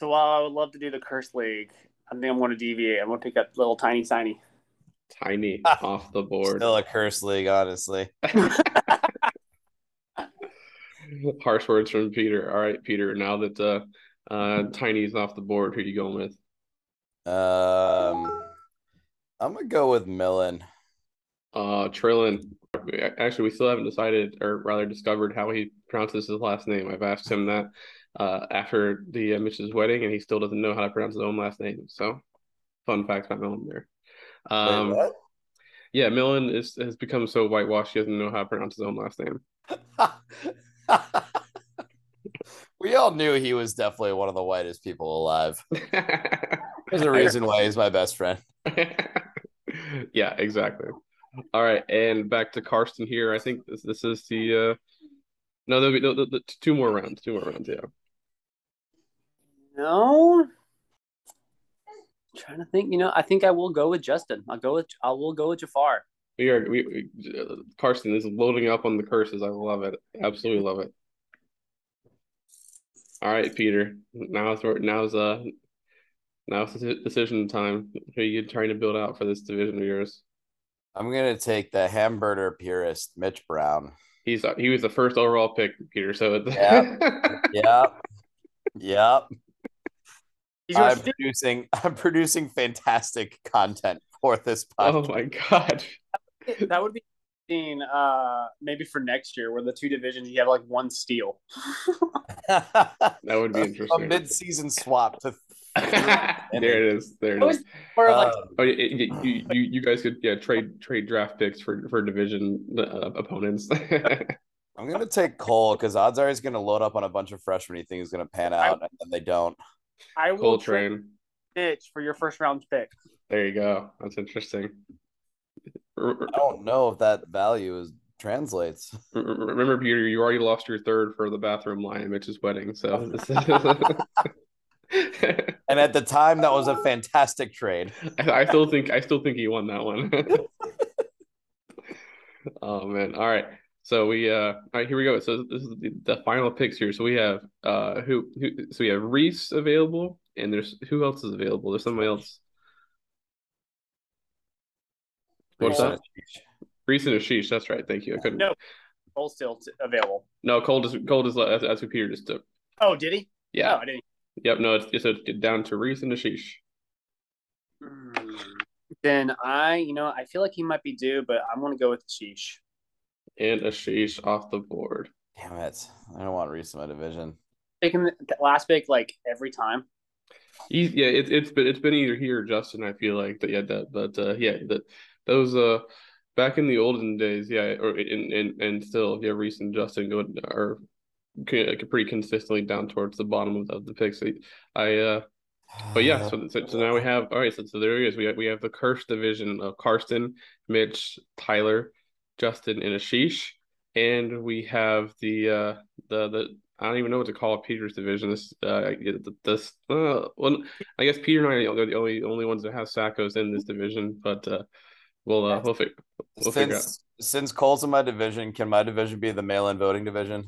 S5: So while I would love to do the curse league, I think I'm going to deviate. I'm going to pick up little tiny tiny.
S6: [LAUGHS]
S1: Tiny off the board.
S6: Ah, Still a curse league, honestly.
S1: Harsh words from Peter. All right, Peter. Now that uh, uh, Tiny's off the board, who you going with?
S6: Um, I'm gonna go with Millen.
S1: Uh, Trillin. Actually, we still haven't decided, or rather, discovered how he pronounces his last name. I've asked him that uh, after the uh, Mitch's wedding, and he still doesn't know how to pronounce his own last name. So, fun fact about Millen there. Um,
S6: what?
S1: Yeah, Millen is, has become so whitewashed he doesn't know how to pronounce his own last name. [LAUGHS]
S6: We all knew he was definitely one of the whitest people alive. There's a reason why he's my best friend.
S1: yeah, exactly. All right, and back to Karsten here. I think this, this is the uh, no, there'll be no, the, the, two more rounds, two more rounds. Yeah,
S5: No. trying to think. You know, I think I will go with Justin. I'll go with I will go with Jafar.
S1: we are. We, we uh, Karsten is loading up on the curses. I love it. Absolutely love it. All right, Peter. Now it's where- now's uh now it's deci- decision time. Who are you trying to build out for this division of yours?
S6: I'm gonna take the hamburger purist, Mitch Brown.
S1: He's uh, he was the first overall pick, Peter. So it's,
S6: Yeah. Yep. Yep.
S5: He's gonna
S6: I'm producing [LAUGHS] I'm producing fantastic content for this
S1: oh
S6: podcast.
S1: my god.
S5: stick- that would be interesting, uh maybe for next year where the two divisions you have like one steal.
S6: [LAUGHS]
S1: That would be interesting.
S6: A mid season swap to
S1: [LAUGHS] there it is. There it is.
S6: Uh,
S1: oh, y- y- y- you, you, you guys could yeah trade trade draft picks for for division uh, opponents. [LAUGHS]
S6: I'm gonna take Cole because odds are he's gonna load up on a bunch of freshmen he thinks is gonna pan out, and then they don't.
S5: I
S1: Coal
S5: will trade
S1: train.
S5: Mitch for your first round pick.
S1: There you go. That's interesting.
S6: I don't know if that value is translates.
S1: R- r- Remember, Peter, you already lost your third for the bathroom line at Mitch's wedding. So [LAUGHS]
S6: [LAUGHS] And at the time, that was a fantastic trade.
S1: I, I still think I still think he won that one. [LAUGHS] oh man! All right. So we uh all right here we go. So this is the, the final picks here. So we have uh who who so we have Reese available and there's who else is available? There's somebody else. What's
S5: Reese
S1: that? Reese and Ashish. That's right. Thank you. I couldn't.
S5: No, Cole's still t- available.
S1: No, Cold is Cold is that's, that's who Peter just took.
S5: Oh, did he?
S1: Yeah.
S5: No, I didn't.
S1: Yep. No, it's, it's a, down to Reese and Ashish.
S5: Hmm. Then I, you know, I feel like he might be due, but I'm gonna go with Sheesh.
S1: and Ashish off the board.
S6: Damn it! I don't want Reese in my division.
S5: Taking the the last pick like every time.
S1: He's, E, yeah, it, it's been it's been either he or Justin. I feel like that. Yeah, that. But uh, yeah, that those uh back in the olden days. Yeah, or in and and still, yeah, Reese and Justin going are c- like, pretty consistently down towards the bottom of, of the picks. I, I uh, [SIGHS] but
S6: Oh, [SIGHS]
S1: yeah. So, so so now we have all right. So so there he is. We have, we have the cursed division of Karsten, Mitch, Tyler, Justin, and Ashish, and we have the uh the the. I don't even know what to call Peter's division. This, uh, this, uh, well, I guess Peter and I are the only only ones that have Sackos in this division, but uh, we'll uh, we'll, fi- we'll figure out.
S6: since since Cole's in my division, can my division be the mail-in voting division?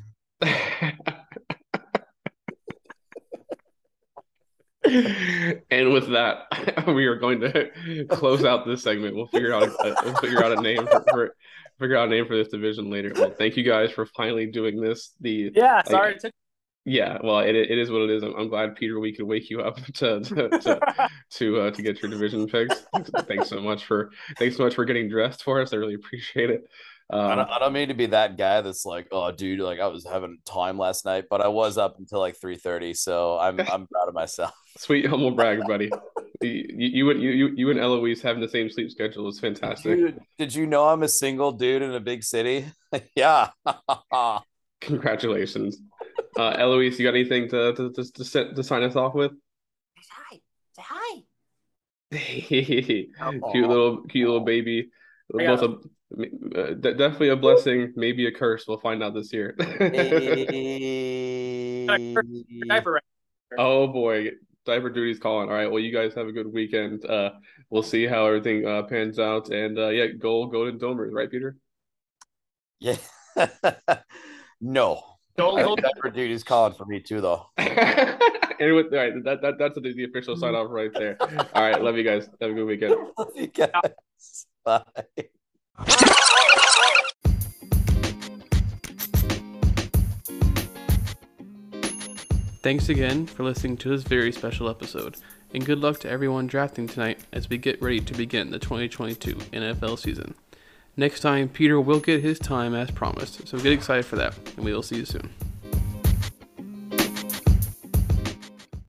S1: [LAUGHS] And with that, we are going to close out this segment. We'll figure out a, we'll figure out a name for, for figure out a name for this division later. Well, thank you guys for finally doing this. The
S5: Yeah,
S1: like,
S5: sorry it took
S1: yeah, well, it it is what it is. I'm, I'm glad Peter, we could wake you up [LAUGHS] to to to to, uh, to get your division picks. thanks so much for thanks so much for getting dressed for us. I really appreciate it.
S6: I,
S1: Um,
S6: don't, I don't mean to be that guy that's like, oh, dude, like I was having time last night, but I was up until like three thirty, so I'm I'm proud of myself. [LAUGHS]
S1: sweet humble brag,
S12: [LAUGHS]
S1: buddy. You, you and you, you you and Eloise having the same sleep schedule is fantastic.
S6: Dude, did you know I'm a single dude in a big city? [LAUGHS] yeah.
S1: Congratulations. Uh, Eloise, you got anything to to, to, to, set, to sign us off with?
S12: Say hi.
S1: [LAUGHS] cute
S12: Aw.
S1: little cute little baby.
S12: I
S1: Both
S12: got-
S1: a, uh, de- definitely a blessing, maybe a curse. We'll find out this year. [LAUGHS] oh boy, diaper duty's calling. All right, well, you guys have a good weekend. Uh, we'll see how everything uh, pans out, and uh, yeah, goal golden domers, right, Peter?
S6: [LAUGHS] Yeah. [LAUGHS] no. I think Diaper duty's calling for me too, though. [LAUGHS]
S1: And with, all right, that, that that's the, the official sign off right there. All right, love you guys. Have a good weekend.
S6: Love you guys. Bye.
S13: Thanks again for listening to this very special episode, and good luck to everyone drafting tonight as we get ready to begin the 2022 NFL season. Next time, Peter will get his time as promised, so get excited for that, and we will see you soon.